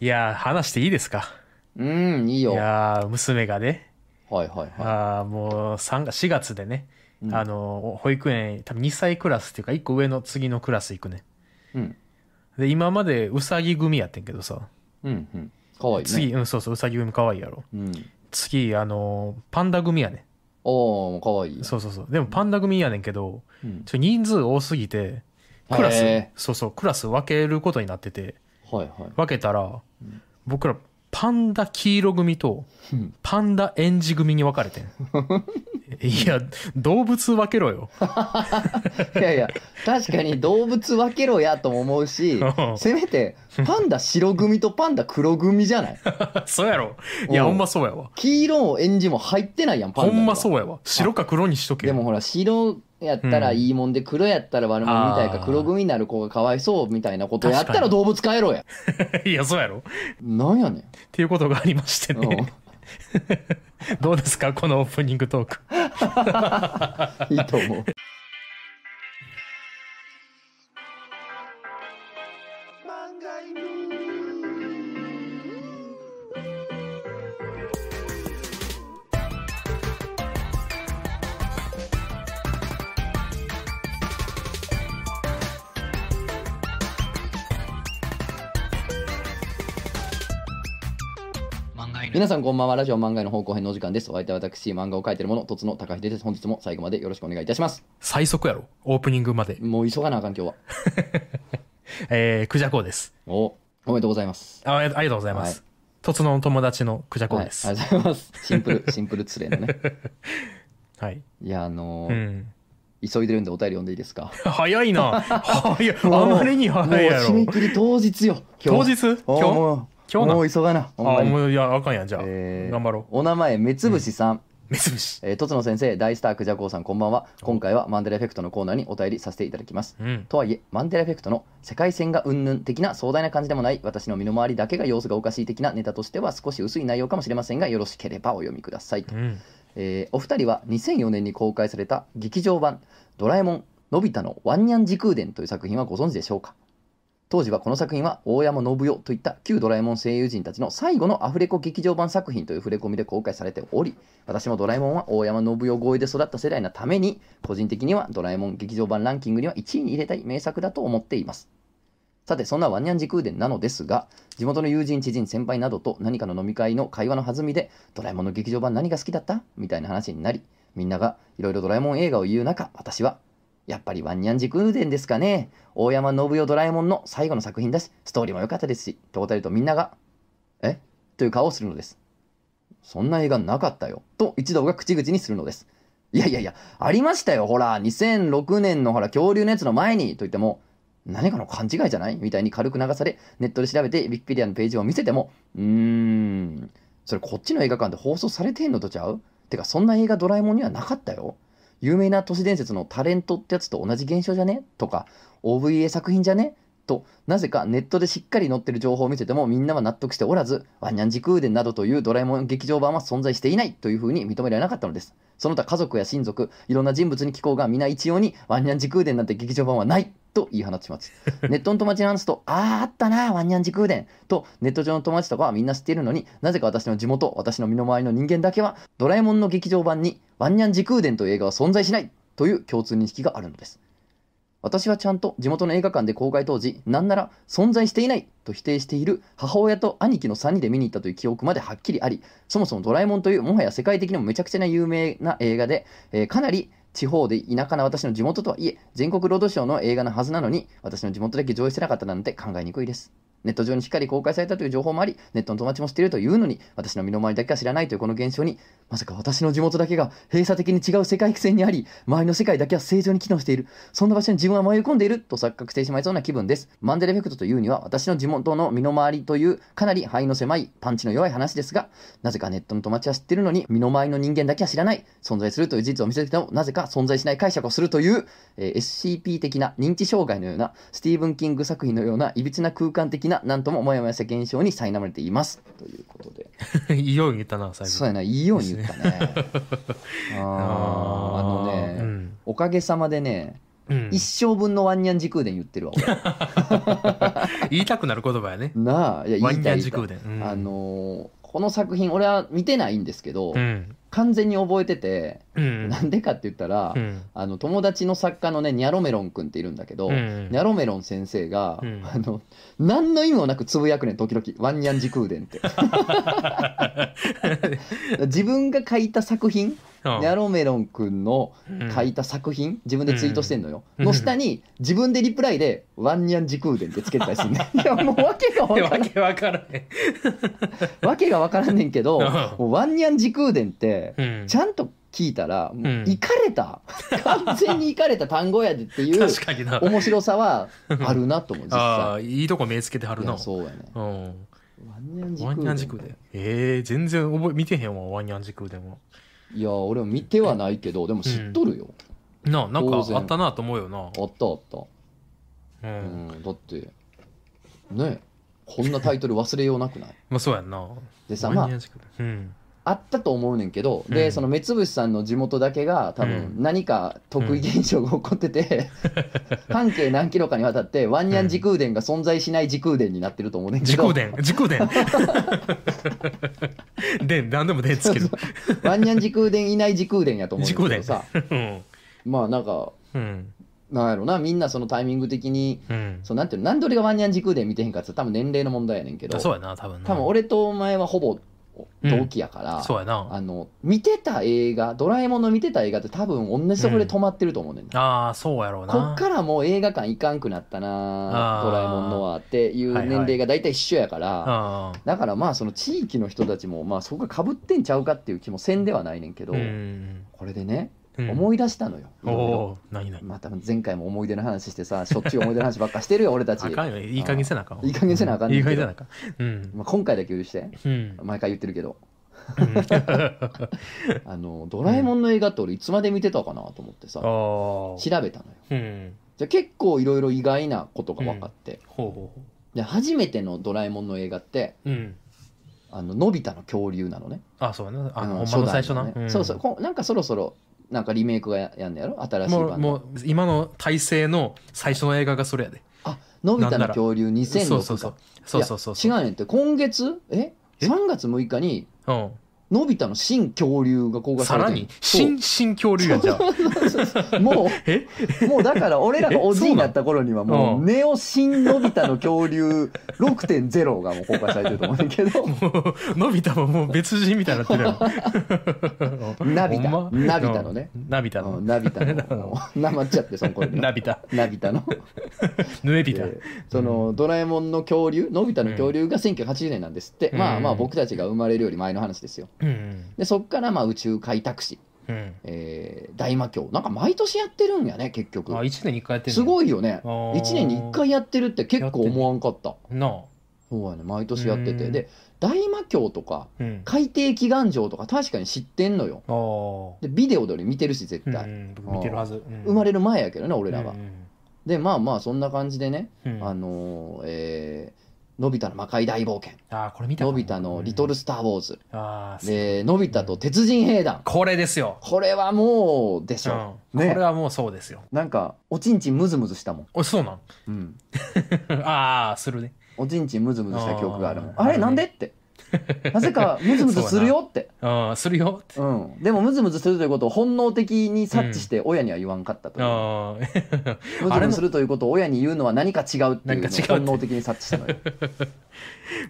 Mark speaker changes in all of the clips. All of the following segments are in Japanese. Speaker 1: いやー、話していいですか。
Speaker 2: うん、いい
Speaker 1: い
Speaker 2: よ。は
Speaker 1: やー、娘がね、
Speaker 2: いはいは
Speaker 1: あーもう3月、4月でね、
Speaker 2: うん
Speaker 1: あの、保育園、多分2歳クラスっていうか、1個上の次のクラス行くね。
Speaker 2: い。うん。
Speaker 1: で、今までうさぎ組やってんけどさ、
Speaker 2: うんうん。かわいいね。
Speaker 1: 次、うん、そうそう、うさぎ組可愛いやろ。
Speaker 2: うん。
Speaker 1: 次、あの、パンダ組やね。
Speaker 2: おー、かわいいよ。
Speaker 1: そうそうそう。でもパンダ組やねんけど、
Speaker 2: うん。
Speaker 1: ちょ人数多すぎて、クラス
Speaker 2: へ、
Speaker 1: そうそう、クラス分けることになってて、
Speaker 2: はいはい。
Speaker 1: 分けたら、僕らパンダ黄色組と
Speaker 2: うん
Speaker 1: パンダエンジ組に分かれて ん。いや、動物分けろよ。
Speaker 2: いやいや、確かに動物分けろやとも思うし
Speaker 1: うん、
Speaker 2: せめて、パンダ白組とパンダ黒組じ ゃない
Speaker 1: そうやろ。いや、
Speaker 2: うん
Speaker 1: ほんまそうやわ。
Speaker 2: 黄色も演じも入ってないやん、パン
Speaker 1: ほ
Speaker 2: ダには。
Speaker 1: んまそうやわ。白か黒にしとけ
Speaker 2: で
Speaker 1: よ。
Speaker 2: もほら、白やったらいいもんで、黒やったら悪者みたいか
Speaker 1: あ、ー
Speaker 2: 黒組になる子がかわいそうみたいなことやった
Speaker 1: 確からに
Speaker 2: 動物変えろや。
Speaker 1: いや、そうやろ。っ
Speaker 2: なんやねん。
Speaker 1: ていうことがありましてね。どうですか、このオープニングトーク。
Speaker 2: うんいいと思う。皆さんこんばんはラジオ漫画への方向編のお時間ですお相手は私漫画を描いてる者とつの高秀です本日も最後までよろしくお願いいたします
Speaker 1: 最速やろ。オープニングまで。
Speaker 2: もう急がなあかん今日は
Speaker 1: えー、クジャコウです。
Speaker 2: おおめでとうございます
Speaker 1: あありがとうございます。とつの友達のクジャコウです。
Speaker 2: はい、ありがとうございますシンプルシンプルつれのね
Speaker 1: はい。
Speaker 2: いやあの
Speaker 1: う
Speaker 2: ー
Speaker 1: ん。
Speaker 2: 急いでるんでお便り読んでいいですか
Speaker 1: 早いな。早い。
Speaker 2: も
Speaker 1: あ
Speaker 2: う
Speaker 1: まりに早いやろ
Speaker 2: もう締。め切り当日よ
Speaker 1: 当日
Speaker 2: お
Speaker 1: 今日
Speaker 2: もう
Speaker 1: 今日な
Speaker 2: もう急がな
Speaker 1: あ、
Speaker 2: ほんまに
Speaker 1: もういや、あかんやん、じゃあ。
Speaker 2: えー
Speaker 1: 頑張ろ
Speaker 2: お名前目つぶしさん、
Speaker 1: う。目つぶし。
Speaker 2: えー、とつの先生大スタークジャコウさんこんばんは今回はマンデラエフェクトのコーナーにお便りさせていただきます
Speaker 1: うん。
Speaker 2: とはいえマンデラエフェクトの世界線が云々的な壮大な感じでもない私の身の回りだけが様子がおかしい的なネタとしては少し薄い内容かもしれませんがよろしければお読みくださいと、
Speaker 1: うん。
Speaker 2: えーお二人は2004年に公開された劇場版「ドラえもんのび太のワンニャン時空伝」という作品はご存知でしょうか当時はこの作品は大山信代といった旧ドラえもん声優陣たちの最後のアフレコ劇場版作品という触れ込みで公開されており私もドラえもんは大山信代超えで育った世代のために個人的にはドラえもん劇場版ランキングには1位に入れたい名作だと思っていますさてそんなワンニャン時空伝なのですが地元の友人知人先輩などと何かの飲み会の会話の弾みでドラえもんの劇場版何が好きだったみたいな話になりみんながいろいろドラえもん映画を言う中私はやっぱりワンニャン時空伝ですかね大山信代ドラえもんの最後の作品だしストーリーも良かったですしと答えるとみんなが「えという顔をするのですそんな映画なかったよと一同が口々にするのですいやいやいやありましたよほら2006年のほら恐竜のやつの前にと言っても何かの勘違いじゃないみたいに軽く流されネットで調べてウィキペディアのページを見せてもうーんそれこっちの映画館で放送されてんのとちゃうてかそんな映画ドラえもんにはなかったよ有名な都市伝説のタレントってやつと同じ現象じゃねとか OVA 作品じゃねとなぜかネットでしっかり載ってる情報を見せてもみんなは納得しておらずワンニャン時空伝などというドラえもん劇場版は存在していないというふうに認められなかったのですその他家族や親族いろんな人物に聞こうが皆一様にワンニャン時空伝なんて劇場版はないと言い放ちますネットの友達に話すと、 あーあったな、ワンニャン時空伝と、ネット上の友達とかはみんな知っているのになぜか私の地元、私の身の回りの人間だけは、ドラえもんの劇場版にワンニャン時空伝という映画は存在しないという共通認識があるのです。私はちゃんと地元の映画館で公開当時、なんなら存在していないと否定している母親と兄貴の3人で見に行ったという記憶まではっきりあり、そもそもドラえもんというもはや世界的にもめちゃくちゃな有名な映画で、えーかなり地方で田舎な私の地元とはいえ全国ロードショーの映画のはずなのに私の地元だけ上映してなかったなんて考えにくいですネット上にしっかり公開されたという情報もありネットの友達も知っているというのに私の身の回りだけは知らないというこの現象にまさか私の地元だけが閉鎖的に違う世界線にあり周りの世界だけは正常に機能しているそんな場所に自分は迷い込んでいると錯覚してしまいそうな気分ですマンデレエフェクトというには私の地元の身の回りというかなり範囲の狭いパンチの弱い話ですがなぜかネットの友達は知ってるのに身の回りの人間だけは知らない存在するという事実を見せてもなぜか存在しない解釈をするという、えー SCP 的な認知障害のようなスティーブン・キング作品のようないびつな空間的ななんとももやもやした現象に苛まれていますということで
Speaker 1: いいように言ったな、最後。
Speaker 2: そうやないいよう に言ったねあーあのね、
Speaker 1: うん。
Speaker 2: おかげさまでね
Speaker 1: うん
Speaker 2: 一生分のワンニャン時空伝言ってるわ俺
Speaker 1: 言いたくなる言葉やね。
Speaker 2: なあいや
Speaker 1: ワ
Speaker 2: 言
Speaker 1: ン
Speaker 2: い
Speaker 1: ニ
Speaker 2: た
Speaker 1: ャ
Speaker 2: い
Speaker 1: ン
Speaker 2: 言
Speaker 1: 時
Speaker 2: いた
Speaker 1: 空で。
Speaker 2: い
Speaker 1: うん
Speaker 2: あ、のーこの作品俺は見てないんですけど、
Speaker 1: うん。
Speaker 2: 完全に覚えてて、
Speaker 1: うん。
Speaker 2: なんでかって言ったら、
Speaker 1: うん。
Speaker 2: あの友達の作家のねニャロメロン君っているんだけど、
Speaker 1: うん
Speaker 2: ニャロメロン先生が、
Speaker 1: うん
Speaker 2: あの何の意味もなくつぶやくねん時々「ワンニャン時 空伝」って自分が書いた作品ニャロメロン君の
Speaker 1: うん
Speaker 2: 書いた作品、自分でツイートしてんのよ、
Speaker 1: うん
Speaker 2: の下に自分でリプライで「ワンニャン時空伝」ってつけてたり すんねんいやもう訳が
Speaker 1: い
Speaker 2: 分
Speaker 1: やわ
Speaker 2: からん
Speaker 1: けわからへん。
Speaker 2: 訳が分からんねんけど
Speaker 1: うん
Speaker 2: もうワンニャン時空伝って
Speaker 1: うん
Speaker 2: ちゃんと聞いたら「も
Speaker 1: う
Speaker 2: う
Speaker 1: ん
Speaker 2: イカ れた完全にイカれた単語やで」っていう
Speaker 1: 確かにな。
Speaker 2: 面白 さはあるなと思う実
Speaker 1: あ
Speaker 2: 際
Speaker 1: あ、いいとこ目つけてはる
Speaker 2: いや
Speaker 1: な。
Speaker 2: そうやね
Speaker 1: うん。
Speaker 2: ワンニャン時
Speaker 1: ワ
Speaker 2: 空
Speaker 1: ンニャン時空で。ええー、全然覚え、見てへんわ、ワンニャン時空でも。
Speaker 2: いや俺も見てはないけどでも知っとるよ、
Speaker 1: なあ、なんか
Speaker 2: 当然
Speaker 1: あったなと思うよな。
Speaker 2: あったあった、
Speaker 1: う。
Speaker 2: うんんだってねこんなタイトル忘れようなくない
Speaker 1: まあそうやんな。 ワン
Speaker 2: で
Speaker 1: ニ
Speaker 2: さま
Speaker 1: ャン時空で。うん。
Speaker 2: ああったと思うねんけど、
Speaker 1: う
Speaker 2: で
Speaker 1: ん
Speaker 2: その目つぶしさんの地元だけが多分
Speaker 1: う
Speaker 2: 何か特異現象が起こってて、 半径何キロかにわたってワンニャン時空伝が存在しない時空伝になってると思 うねんけ
Speaker 1: 時
Speaker 2: ど
Speaker 1: 空伝、時空伝。で、何でもでつける。
Speaker 2: ワンニャン時空伝いない時空伝やと思うん
Speaker 1: 時
Speaker 2: だけ
Speaker 1: 空
Speaker 2: ど
Speaker 1: 伝
Speaker 2: さ。
Speaker 1: うん。
Speaker 2: まあなんか
Speaker 1: うん。
Speaker 2: なんやろなみんなそのタイミング的に
Speaker 1: うん。
Speaker 2: そうなんていうのなんで俺がワンニャン時空伝見てへんかっつったら多分年齢の問題やねんけど
Speaker 1: あそうやな、多分な。
Speaker 2: 多分俺とお前はほぼ同期やから、
Speaker 1: そうやな。
Speaker 2: あの見てた映画ドラえもんの見てた映画って多分同じところで止まってると思うねんな、
Speaker 1: ああ、そうやろうな。
Speaker 2: こっからもう映画館行かんくなったな
Speaker 1: あー
Speaker 2: ドラえもんのはっていう
Speaker 1: はいはい
Speaker 2: 年齢が大体一緒やから、
Speaker 1: ああ。
Speaker 2: だからまあその地域の人たちもまあそこがかぶってんちゃうかっていう気もせんではないねんけど、
Speaker 1: うん。
Speaker 2: これでね
Speaker 1: うん
Speaker 2: 思い出したのよ、
Speaker 1: お
Speaker 2: いろいろ
Speaker 1: お、何何。
Speaker 2: まあ多分前回も思い出の話してさしょっちゅう思い出の話ばっかしてるよ俺たち
Speaker 1: あかんよ、いい加減せなあかんわ。
Speaker 2: いい加減せなあかん
Speaker 1: い
Speaker 2: ね
Speaker 1: い
Speaker 2: ん
Speaker 1: 加
Speaker 2: け
Speaker 1: 減
Speaker 2: ど
Speaker 1: せなあかん。うん。
Speaker 2: まあ、今回だけ許して
Speaker 1: うん。
Speaker 2: 毎回言ってるけど
Speaker 1: あ
Speaker 2: あのドラえもんの映画って俺いつまで見てたかなと思ってさ、
Speaker 1: あ。
Speaker 2: 調べたのよ
Speaker 1: うん。
Speaker 2: じゃあ結構いろいろ意外なことが分かって、
Speaker 1: ほうほ
Speaker 2: で初めてのドラえもんの映画って
Speaker 1: う。うん。
Speaker 2: あののび太の恐竜なのね
Speaker 1: あ、そうやな。あ
Speaker 2: うん
Speaker 1: の、ほんまの最初
Speaker 2: 代
Speaker 1: な
Speaker 2: ね。そうそうこなんかそろそろなんかリメイクがややんのやろ新しい
Speaker 1: もう、
Speaker 2: 版
Speaker 1: も
Speaker 2: の
Speaker 1: う、今の体制の最初の映画がそれやで。
Speaker 2: のび太の恐竜2006
Speaker 1: そうそうそう
Speaker 2: か。
Speaker 1: そうそうそう。
Speaker 2: 違うねんって今月え
Speaker 1: え
Speaker 2: 3月6日にのび太の新恐竜が公
Speaker 1: うん。
Speaker 2: 開
Speaker 1: さ
Speaker 2: され
Speaker 1: ら
Speaker 2: てん
Speaker 1: に、
Speaker 2: そう
Speaker 1: 新、新恐竜やんじゃあ。
Speaker 2: も
Speaker 1: え
Speaker 2: う、もうだから俺らがおじいになった頃にはも
Speaker 1: えそうなの
Speaker 2: う、ネオ新のび太の恐竜6.0がもう公開されてると思うん だけど、
Speaker 1: もう、のび太ももう別人みたいになってるやろ
Speaker 2: ナビタ
Speaker 1: ほんま
Speaker 2: ナビタのね。
Speaker 1: うんナビタ
Speaker 2: う
Speaker 1: の
Speaker 2: ん。ナビタの、もうなまっちゃって、その頃には
Speaker 1: ナ。ビタ。
Speaker 2: ナビタの。
Speaker 1: ヌエビタ。
Speaker 2: でその、ドラえもんの恐竜、のび太の恐竜が1980年なんですって。
Speaker 1: うん
Speaker 2: まあまあ僕たちが生まれるより前の話ですよ。
Speaker 1: うん。
Speaker 2: で、そっからまあ宇宙開拓史、
Speaker 1: うん。
Speaker 2: えー大魔教。なんか毎年やってるんやね、結局
Speaker 1: あ、。1年に1回やってる
Speaker 2: す
Speaker 1: い。
Speaker 2: ごいよね。
Speaker 1: 1
Speaker 2: 1年に1。回やってるって結構思わんかった。
Speaker 1: なあ。
Speaker 2: そうやね毎年やってて、
Speaker 1: うん
Speaker 2: で大魔教とか
Speaker 1: うん。
Speaker 2: 海底祈願城とか確かに知ってんのよ
Speaker 1: ああ。
Speaker 2: でビデオで俺見てるし絶
Speaker 1: う
Speaker 2: 対、
Speaker 1: ん、僕見てるはず。
Speaker 2: 生まれ
Speaker 1: る
Speaker 2: る前やけどね俺
Speaker 1: 俺
Speaker 2: らは、でまあまあそんな感じでね、あのーえーのび太の魔界大冒険
Speaker 1: あーこれ見たか
Speaker 2: のび太のリトル・スター・ウォーズ、
Speaker 1: うんあー
Speaker 2: でのび太と鉄人兵団
Speaker 1: これですよ。
Speaker 2: これはもうでし
Speaker 1: うん
Speaker 2: ょ、
Speaker 1: こ
Speaker 2: ね
Speaker 1: れはもうそうですよ。
Speaker 2: なんかおちんちんムズムズしたもん、
Speaker 1: おそうなん
Speaker 2: うん、
Speaker 1: ああ、するね。
Speaker 2: おちんちんムズムズした記憶があるもん
Speaker 1: あー
Speaker 2: あれなん でってなぜかムズムズするよって
Speaker 1: うん、するよって。
Speaker 2: うん、でもムズムズするということを本能的に察知して親には言わんかったという、
Speaker 1: あー あ
Speaker 2: ムズム
Speaker 1: れ
Speaker 2: ズ
Speaker 1: の
Speaker 2: するということを親に言うのは何か違うってい
Speaker 1: 何
Speaker 2: う
Speaker 1: か
Speaker 2: の
Speaker 1: 違うって
Speaker 2: を本能的に察知した のよ、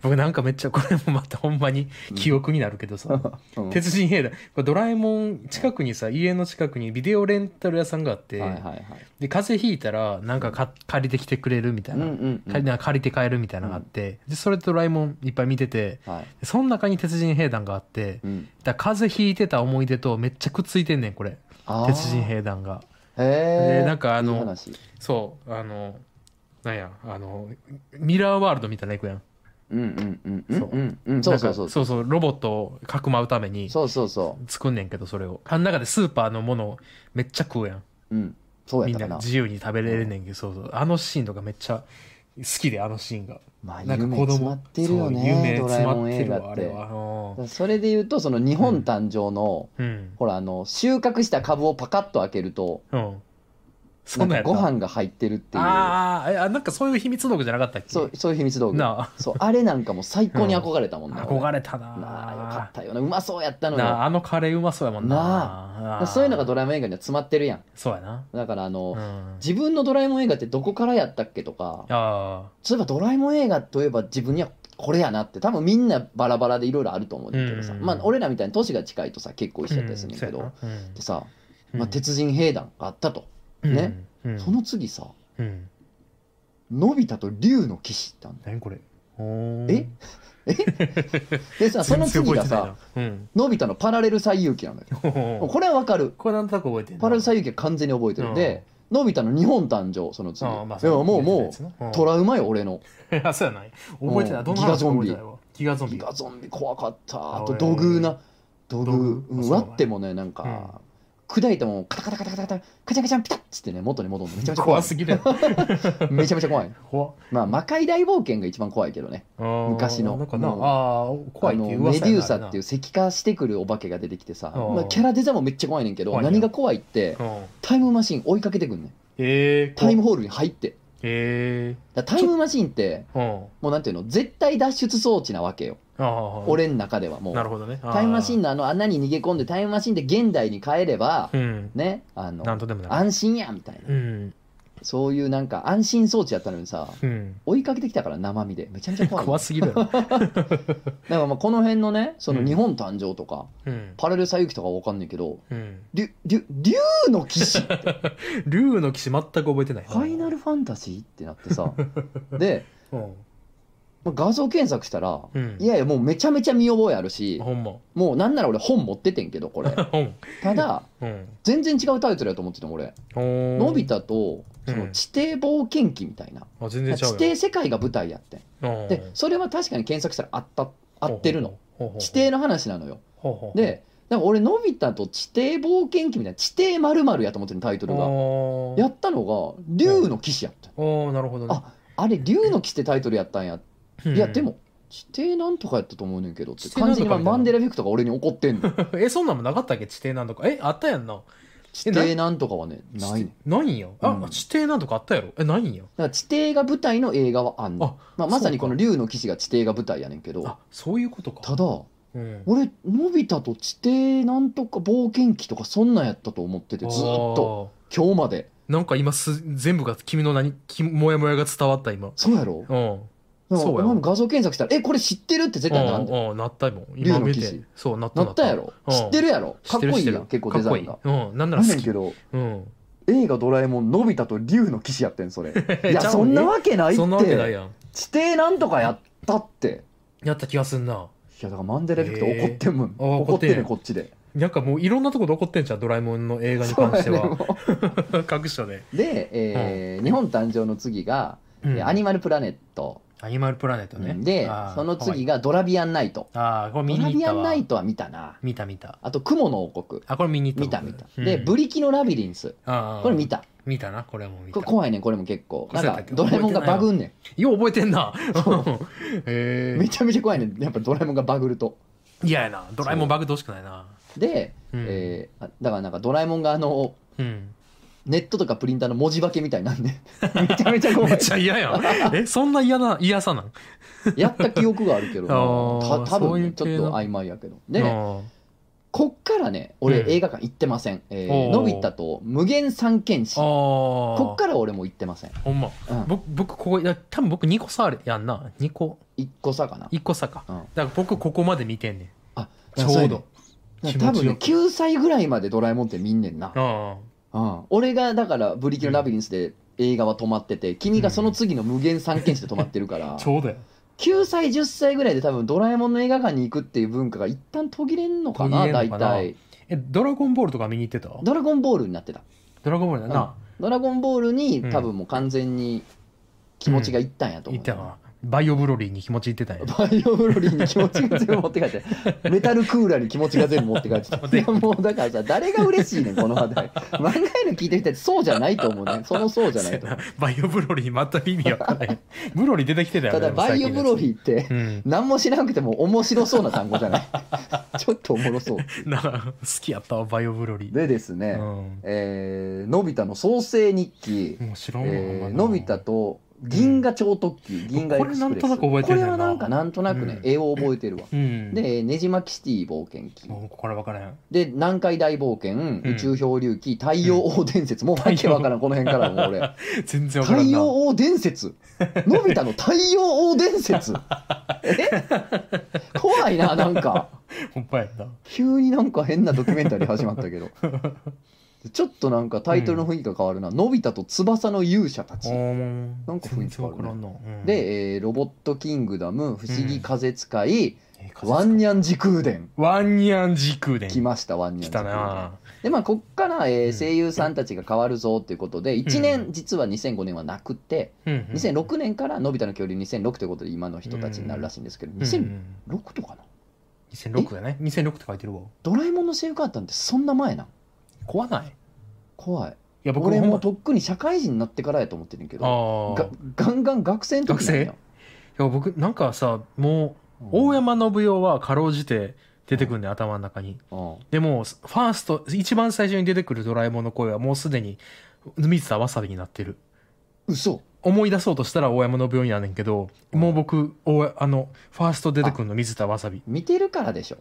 Speaker 1: 僕なんかめっちゃこれもまたほんまに記憶になるけどさ。
Speaker 2: うん
Speaker 1: 鉄人兵団これドラえもん近くにさ家の近くにビデオレンタル屋さんがあって、
Speaker 2: はいはいはい
Speaker 1: で風邪ひいたらなんかか借りてきてくれるみた
Speaker 2: う
Speaker 1: い
Speaker 2: んう
Speaker 1: な,、
Speaker 2: んうん
Speaker 1: 借りなんか借りて帰るみたいなのがあって、でそれとドラえもんいっぱい見てて
Speaker 2: はい
Speaker 1: でその中に鉄人兵団があって
Speaker 2: うん、
Speaker 1: だから風邪ひいてた思い出とめっちゃくっついてんねんこれ
Speaker 2: あー
Speaker 1: 鉄人兵団が
Speaker 2: へ
Speaker 1: で
Speaker 2: え
Speaker 1: なんかあの
Speaker 2: いい話
Speaker 1: そうあのなんやあのミラーワールドみたいなの行くやん
Speaker 2: うんうんうんう
Speaker 1: そうん
Speaker 2: うんうんそうそうそ
Speaker 1: なんか
Speaker 2: う
Speaker 1: そうそうロボットをかくまうために
Speaker 2: そうそうそ
Speaker 1: 作んねんけどそれをあん中でスーパーのものをめっちゃ食うやん
Speaker 2: ううんそう
Speaker 1: み
Speaker 2: や
Speaker 1: ん
Speaker 2: ったか
Speaker 1: な
Speaker 2: な
Speaker 1: 自由に食べれるねんけど、そうそうあのシーンとかめっちゃ好きであのシーンが
Speaker 2: まあ
Speaker 1: なんか
Speaker 2: 夢
Speaker 1: 子
Speaker 2: 詰ま
Speaker 1: 供
Speaker 2: ってるよ
Speaker 1: そう夢
Speaker 2: ねドラえ
Speaker 1: 詰
Speaker 2: も
Speaker 1: ま
Speaker 2: ん
Speaker 1: って
Speaker 2: 映
Speaker 1: るわ
Speaker 2: 画っ
Speaker 1: あれ
Speaker 2: て
Speaker 1: は
Speaker 2: だからそれで言うとその日本誕生の、
Speaker 1: うん
Speaker 2: ほらあの収穫した株をパカッと開けると
Speaker 1: うんそんなん
Speaker 2: な
Speaker 1: や
Speaker 2: ん
Speaker 1: っ
Speaker 2: か
Speaker 1: た
Speaker 2: ご飯が入ってるっていう
Speaker 1: あーあなんかそういう秘密道具じゃなかったっけ
Speaker 2: そうそういう秘密道具
Speaker 1: な
Speaker 2: そうあれなんかもう最高に憧れたもん
Speaker 1: あ
Speaker 2: な、
Speaker 1: 憧れたな
Speaker 2: たなあよかったよなうまそうやったのよ
Speaker 1: なああのカレーうまそうやもんな
Speaker 2: な
Speaker 1: あー
Speaker 2: そういうのがドラえもん映画には詰まってるやん
Speaker 1: そうやな
Speaker 2: だからあの、
Speaker 1: うん
Speaker 2: 自分のドラえもん映画ってどこからやったっけとか
Speaker 1: あ
Speaker 2: そういえばドラえもん映画といえば自分にはこれやなって多分みんなバラバラでいろいろあると思うんだけどさ、
Speaker 1: うん
Speaker 2: まあ俺らみたいに年が近いとさ結構
Speaker 1: ー
Speaker 2: 一緒やったりするんだけど、
Speaker 1: うんそうやな
Speaker 2: でさ、
Speaker 1: うん
Speaker 2: まあ、鉄人兵団があったと、
Speaker 1: うん
Speaker 2: ね
Speaker 1: うん
Speaker 2: その次さ
Speaker 1: うん
Speaker 2: のび太と竜の騎士ってあんの
Speaker 1: 何これお
Speaker 2: えでさその次がさ
Speaker 1: うん
Speaker 2: のび太のパラレル最遊記なのよこれはわかる
Speaker 1: これなんとなく覚えてる
Speaker 2: パラレル最遊記は完全に覚えてる、でのび太の日本誕生その次、
Speaker 1: あーまあ
Speaker 2: でももうも
Speaker 1: う
Speaker 2: うんトラウマよ俺の
Speaker 1: あそうやない覚えてな
Speaker 2: う
Speaker 1: い
Speaker 2: ん
Speaker 1: どんな話か覚えて
Speaker 2: ギガ
Speaker 1: ないわギガゾン
Speaker 2: ギ
Speaker 1: ビ
Speaker 2: ガゾンビ怖かったあと
Speaker 1: おい
Speaker 2: 土偶な土
Speaker 1: 偶
Speaker 2: 偶う
Speaker 1: あ
Speaker 2: ん
Speaker 1: そうな
Speaker 2: 割
Speaker 1: んや
Speaker 2: ってもねなんか、砕いてもカタカタカタカタカタカチャンカチャンピタッつってね元に戻るのめちゃめちゃ怖
Speaker 1: 怖
Speaker 2: い
Speaker 1: すぎるや
Speaker 2: めちゃめちゃ怖い
Speaker 1: ろ怖
Speaker 2: まあ魔界大冒険が一番怖いけどね
Speaker 1: あー
Speaker 2: 昔の
Speaker 1: なんかな
Speaker 2: もう
Speaker 1: あー怖いっていう
Speaker 2: あのメ
Speaker 1: 噂
Speaker 2: デューサっていうう石化してくるお化けが出てきてさ
Speaker 1: あー
Speaker 2: まあ、キャラデザもめっちゃ怖いねんけど
Speaker 1: 怖いね
Speaker 2: 何が怖いって
Speaker 1: うん
Speaker 2: タイムマシン追いかけてくんねん
Speaker 1: えー
Speaker 2: タイムホールに入って
Speaker 1: え
Speaker 2: だからタイムマシンって
Speaker 1: ーうん
Speaker 2: もうなんていうの絶対脱出装置なわけよ
Speaker 1: あー
Speaker 2: 俺の中ではもう
Speaker 1: なるほどねあー
Speaker 2: タイムマシンのあの穴に逃げ込んでタイムマシンで現代に帰れば、
Speaker 1: うん
Speaker 2: ねあの
Speaker 1: なんとでもなる
Speaker 2: 安心やみたいな、
Speaker 1: うん
Speaker 2: そういうなんか安心装置やったのにさ
Speaker 1: うん
Speaker 2: 追いかけてきたから生身でめちゃめちゃ怖 い
Speaker 1: 怖すぎるやろ
Speaker 2: だからまあこの辺のねその
Speaker 1: うん
Speaker 2: 日本誕生とか、
Speaker 1: うん
Speaker 2: パラレル最遊記とかは分かんないけど
Speaker 1: うん
Speaker 2: 竜竜竜の騎 士フ
Speaker 1: 竜の騎士全く覚えてない
Speaker 2: ァイナルファンタジーってなってさで、
Speaker 1: うん
Speaker 2: まあ、画像検索したら、
Speaker 1: うん
Speaker 2: いやいやもうめちゃめちゃ見覚えあるし
Speaker 1: ほんま
Speaker 2: もうなんなら俺本持っててんけどこれ
Speaker 1: 本
Speaker 2: ただ
Speaker 1: うん
Speaker 2: 全然違うタイトルやと思ってても俺の
Speaker 1: の
Speaker 2: び太とその地底冒険記みたいな、
Speaker 1: あ全然
Speaker 2: 地
Speaker 1: 違う
Speaker 2: 底世界が舞台やってん
Speaker 1: よ
Speaker 2: でそれは確かに検索したらあった合ってるの地底
Speaker 1: の
Speaker 2: の話なのよ
Speaker 1: ほうほうほう
Speaker 2: でなんか俺のび太と地底冒険記みたいな地底まるやと思ってるタイトルが
Speaker 1: おー
Speaker 2: やったのが竜の騎士やった
Speaker 1: おーなるほどね
Speaker 2: あれ竜の騎士ってタイトルやったんや
Speaker 1: うん
Speaker 2: いやでも地底なんとかやったと思うねんけどって
Speaker 1: 地底な
Speaker 2: 完
Speaker 1: んと
Speaker 2: 全
Speaker 1: か
Speaker 2: にマンデラエフェクトが俺に怒ってんの
Speaker 1: えそんなんもなかったっけ地底なんとかえあったやんな
Speaker 2: 地底なんとかはねないの
Speaker 1: 地底ないんやあ、
Speaker 2: うん
Speaker 1: 地底なんとかあったやろえないんや
Speaker 2: だから地底が舞台の映画はあんのまあ、まさにこの竜の騎士が地底が舞台やねんけど
Speaker 1: あそういうことか
Speaker 2: ただ
Speaker 1: うん
Speaker 2: 俺のび太と地底なんとか冒険記とかそんなんやったと思っててずーっと今日まで
Speaker 1: あーなんか今す全部が君の何きモヤモヤが伝わった今
Speaker 2: そうやろ
Speaker 1: うん
Speaker 2: だから
Speaker 1: そうや
Speaker 2: お
Speaker 1: わ
Speaker 2: 前も画像検索したら「えこれ知ってる?」って絶対なんだよ
Speaker 1: うんうんなったもん
Speaker 2: 竜
Speaker 1: 今
Speaker 2: の
Speaker 1: 見
Speaker 2: 騎士
Speaker 1: てそうなった
Speaker 2: なったやろ
Speaker 1: うん
Speaker 2: 知ってるやろかっこ
Speaker 1: 知
Speaker 2: い
Speaker 1: て
Speaker 2: い
Speaker 1: る知て
Speaker 2: や
Speaker 1: る
Speaker 2: ん結構デザイン
Speaker 1: かっ
Speaker 2: が
Speaker 1: こいいうんなんなら好
Speaker 2: なんやねん
Speaker 1: き
Speaker 2: けど
Speaker 1: うん
Speaker 2: 映画「ドラえもんのび太と竜の騎士」やってん それいや
Speaker 1: ちゃう
Speaker 2: そんなわけないっ
Speaker 1: そんなわけない
Speaker 2: て
Speaker 1: やん
Speaker 2: 地底なんとかやったって
Speaker 1: やった気がすんない
Speaker 2: やだからマンデラエフェクト怒ってんもん
Speaker 1: えーあ
Speaker 2: 怒ってんねん
Speaker 1: 怒
Speaker 2: こっちで
Speaker 1: なんかもういろんなとこで怒ってんじゃんドラえもんの映画に関して
Speaker 2: そうやねん
Speaker 1: は、
Speaker 2: も
Speaker 1: 各所で、
Speaker 2: うでえー日本誕生の次が
Speaker 1: うん
Speaker 2: えーアニマルプラネット
Speaker 1: アニマルプラネットね
Speaker 2: で
Speaker 1: あー
Speaker 2: その次
Speaker 1: か
Speaker 2: がドラビアンナイト
Speaker 1: わいいあーこれ
Speaker 2: ド
Speaker 1: 見
Speaker 2: ラ
Speaker 1: に行っ
Speaker 2: ビア
Speaker 1: た
Speaker 2: ン
Speaker 1: わ
Speaker 2: ナイトは見たな
Speaker 1: 見た見た
Speaker 2: あと雲の王国
Speaker 1: あこれ見に行
Speaker 2: 見
Speaker 1: ったた
Speaker 2: 見た
Speaker 1: うん
Speaker 2: で「ブリキのラビリンス」
Speaker 1: あー
Speaker 2: これ見た
Speaker 1: 見たなこれも見
Speaker 2: こ
Speaker 1: た
Speaker 2: れ怖いねんこれも結構なん
Speaker 1: そうや
Speaker 2: か
Speaker 1: ったっけ
Speaker 2: ドラえもんがバグんね
Speaker 1: よう覚えてんな へ
Speaker 2: んめ
Speaker 1: え
Speaker 2: ちゃめちゃ怖いねんやっぱドラえもんがバグると
Speaker 1: 嫌やなドラえもんバグってほしくないな
Speaker 2: で、
Speaker 1: うん
Speaker 2: えーあだからなんかドラえもんがあの
Speaker 1: うん
Speaker 2: ネットとかプリンターの文字化けみた いなんでめちゃめちゃ怖
Speaker 1: め
Speaker 2: い
Speaker 1: っちゃ嫌や んえそんな嫌な嫌さなん
Speaker 2: やった記憶があるけどな
Speaker 1: あー
Speaker 2: た
Speaker 1: そ
Speaker 2: 多
Speaker 1: う
Speaker 2: 分
Speaker 1: い
Speaker 2: ね
Speaker 1: う
Speaker 2: ちょ
Speaker 1: 系
Speaker 2: っ
Speaker 1: の
Speaker 2: と曖昧やけどで
Speaker 1: う
Speaker 2: ね
Speaker 1: ん
Speaker 2: こっからね俺
Speaker 1: うん
Speaker 2: 映画館行ってません、えー
Speaker 1: おー
Speaker 2: のび太と無限三剣士
Speaker 1: あ
Speaker 2: こ
Speaker 1: あ
Speaker 2: っから俺も行ってません、
Speaker 1: ほんま
Speaker 2: うん、
Speaker 1: 僕僕ここいや多分僕2個差あるやんな2個
Speaker 2: 1個差かな
Speaker 1: 1個差か、
Speaker 2: うん
Speaker 1: だから僕ここまで見てんねん
Speaker 2: あ
Speaker 1: ちょうど
Speaker 2: だから多分ね
Speaker 1: 気持ち
Speaker 2: 9歳ぐらいまでドラえもんって見んねんな
Speaker 1: あ
Speaker 2: うん、俺がだから「ブリキのラビリンス」で映画は止まってて君がその次の「無限三剣士」で止まってるから
Speaker 1: あちょうどや
Speaker 2: 9歳10歳ぐらいで多分ドラえもんの映画館に行くっていう文化が一旦途切れんのかな
Speaker 1: 途切れ
Speaker 2: 大
Speaker 1: んのかな
Speaker 2: 体
Speaker 1: えドラゴンボールとか見に行ってたド
Speaker 2: ドラゴンボールになってた
Speaker 1: ラゴンボールだな
Speaker 2: ドラゴンボールに
Speaker 1: うん
Speaker 2: 多分もう完全に気持ちがいったんやと
Speaker 1: 行
Speaker 2: 思
Speaker 1: っ
Speaker 2: う、
Speaker 1: たわバイオブロリーに気持ちいってたんや。
Speaker 2: バイオブロリーに気持ちが全部持って帰って メタルクーラーに気持ちが全部持って帰ってたいやもうだからさ誰が嬉しいねんこの話題漫画への聞いてる人ってそうじゃないと思うねそのそうじゃない と思う
Speaker 1: バイオブロリー全く意味わかん ない。ブロリー出てきてたよ
Speaker 2: た
Speaker 1: ね。
Speaker 2: だバイオブロ
Speaker 1: ー。
Speaker 2: リーって
Speaker 1: うん、
Speaker 2: 何もしなくても面白そうな単語じ ゃないちょっとおもろそう
Speaker 1: な好きやったわバイオブロリー、
Speaker 2: でですね、
Speaker 1: うん、
Speaker 2: えーのび太の創世日記、
Speaker 1: もう知らんわ、
Speaker 2: え
Speaker 1: ほ
Speaker 2: ー
Speaker 1: んま
Speaker 2: のび太と銀河超特急、銀河エクスプレス
Speaker 1: これなんとなく覚えてんねん
Speaker 2: これ
Speaker 1: な
Speaker 2: はなんかなんとなくね、
Speaker 1: うん
Speaker 2: 絵を覚えてるわ
Speaker 1: うん
Speaker 2: でえーねじ巻きシティ冒険記
Speaker 1: もうこれ分からん
Speaker 2: で南海大冒険、
Speaker 1: うん
Speaker 2: 宇宙漂流記太陽王伝説、もうわけわからんこの辺からはもう俺
Speaker 1: 全然分から
Speaker 2: 太
Speaker 1: んな
Speaker 2: 陽王伝説のび太の太陽王伝説え怖いななんか
Speaker 1: ほんまやな
Speaker 2: 急になんか変なドキュメンタリー始まったけどちょっとなんかタイトルの雰囲気が変わるな「のび太と翼の勇者たち」
Speaker 1: なん
Speaker 2: か雰囲気変わるね
Speaker 1: からんな、うん、
Speaker 2: で、えーロボットキングダム」「不思議風使い」
Speaker 1: えー
Speaker 2: ワンニャン時空伝
Speaker 1: ワンニャン時空」伝
Speaker 2: 来ましたワンニャ
Speaker 1: 来
Speaker 2: ン時
Speaker 1: た
Speaker 2: 空伝
Speaker 1: な
Speaker 2: でまあこっから、えー
Speaker 1: うん
Speaker 2: 声優さんたちが変わるぞっていうことで1
Speaker 1: う
Speaker 2: 年実は2005年はなくて
Speaker 1: うんうん
Speaker 2: 2006年から「のび太の恐竜2006」ということで今の人たちになるらしいんですけど
Speaker 1: うん
Speaker 2: 2006とかな
Speaker 1: 2006だね2006って書いてるわ
Speaker 2: ドラえもんの声優変わったんってそんな前なん
Speaker 1: 怖ないい
Speaker 2: 怖い
Speaker 1: や僕
Speaker 2: 俺
Speaker 1: ほん
Speaker 2: も
Speaker 1: ま
Speaker 2: うとっくに社会人になってからやと思ってるけど
Speaker 1: ああ
Speaker 2: がガンガン学生の時なんや
Speaker 1: 学いや僕なんかさもう大山信代はかろうじて出てくるね、頭の中に
Speaker 2: うん
Speaker 1: でもファースト一番最初に出てくるドラえもんの声はもうすでに水田わさびになってる
Speaker 2: 嘘
Speaker 1: 思い出そうとしたら大山信代になんねんけど、もう僕大あのファースト出てくるの水田わさび
Speaker 2: 見てるからでしょ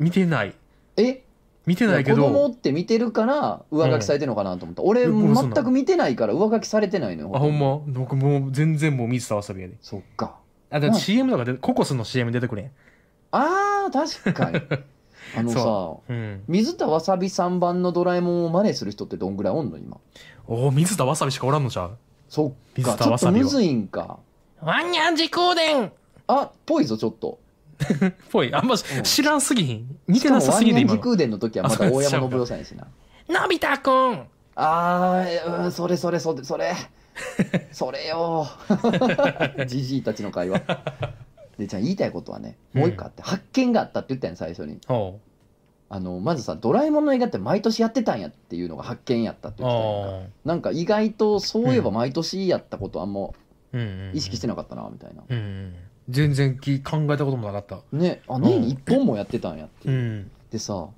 Speaker 1: 見てない
Speaker 2: え
Speaker 1: 見てないけ
Speaker 2: 子供
Speaker 1: ど
Speaker 2: って見てるから上書きされてるのかなと思った、俺
Speaker 1: うん僕そん
Speaker 2: 全
Speaker 1: な
Speaker 2: く見てないから上書きされてないのよ
Speaker 1: あほんま僕もう全然もう水田わさびやで
Speaker 2: そっか
Speaker 1: あだから CM とかでココスの CM 出てくれん
Speaker 2: あー確かに あのさ
Speaker 1: そうん
Speaker 2: 水田わさび3番のドラえもんを真似する人ってどんぐらいおんの今
Speaker 1: おお水田わさびしかおらんのじゃう
Speaker 2: そっ
Speaker 1: 水
Speaker 2: か
Speaker 1: 田
Speaker 2: ちょ
Speaker 1: わ
Speaker 2: っと
Speaker 1: さび
Speaker 2: む
Speaker 1: は
Speaker 2: ずいんか
Speaker 1: ワンニャン時空伝っ
Speaker 2: あぽいぞちょっと
Speaker 1: ぽいあんま
Speaker 2: うん
Speaker 1: 知らんすぎひん似てなさすぎる
Speaker 2: しかも
Speaker 1: 今
Speaker 2: ワンニャン時空伝の時はまだ大山信代さんやしな
Speaker 1: ののび太くん
Speaker 2: あーうんそれそれそれ それそれよじじいたちの会話でじゃあ言いたいことはねもう一個あって、発見があったって言ったやん最初に
Speaker 1: お
Speaker 2: あのまずさ「ドラえもんの映画って毎年やってたんや」っていうのが発見やったって
Speaker 1: う
Speaker 2: 言ってたやんか
Speaker 1: お
Speaker 2: なんか意外とそういえば
Speaker 1: うん
Speaker 2: 毎年やったことあんま意識して
Speaker 1: な
Speaker 2: なかったなみたいな、
Speaker 1: い、うんうん、全然き考えたこともなかった
Speaker 2: ねあ年に1本もやってたんやって、
Speaker 1: うん
Speaker 2: でさ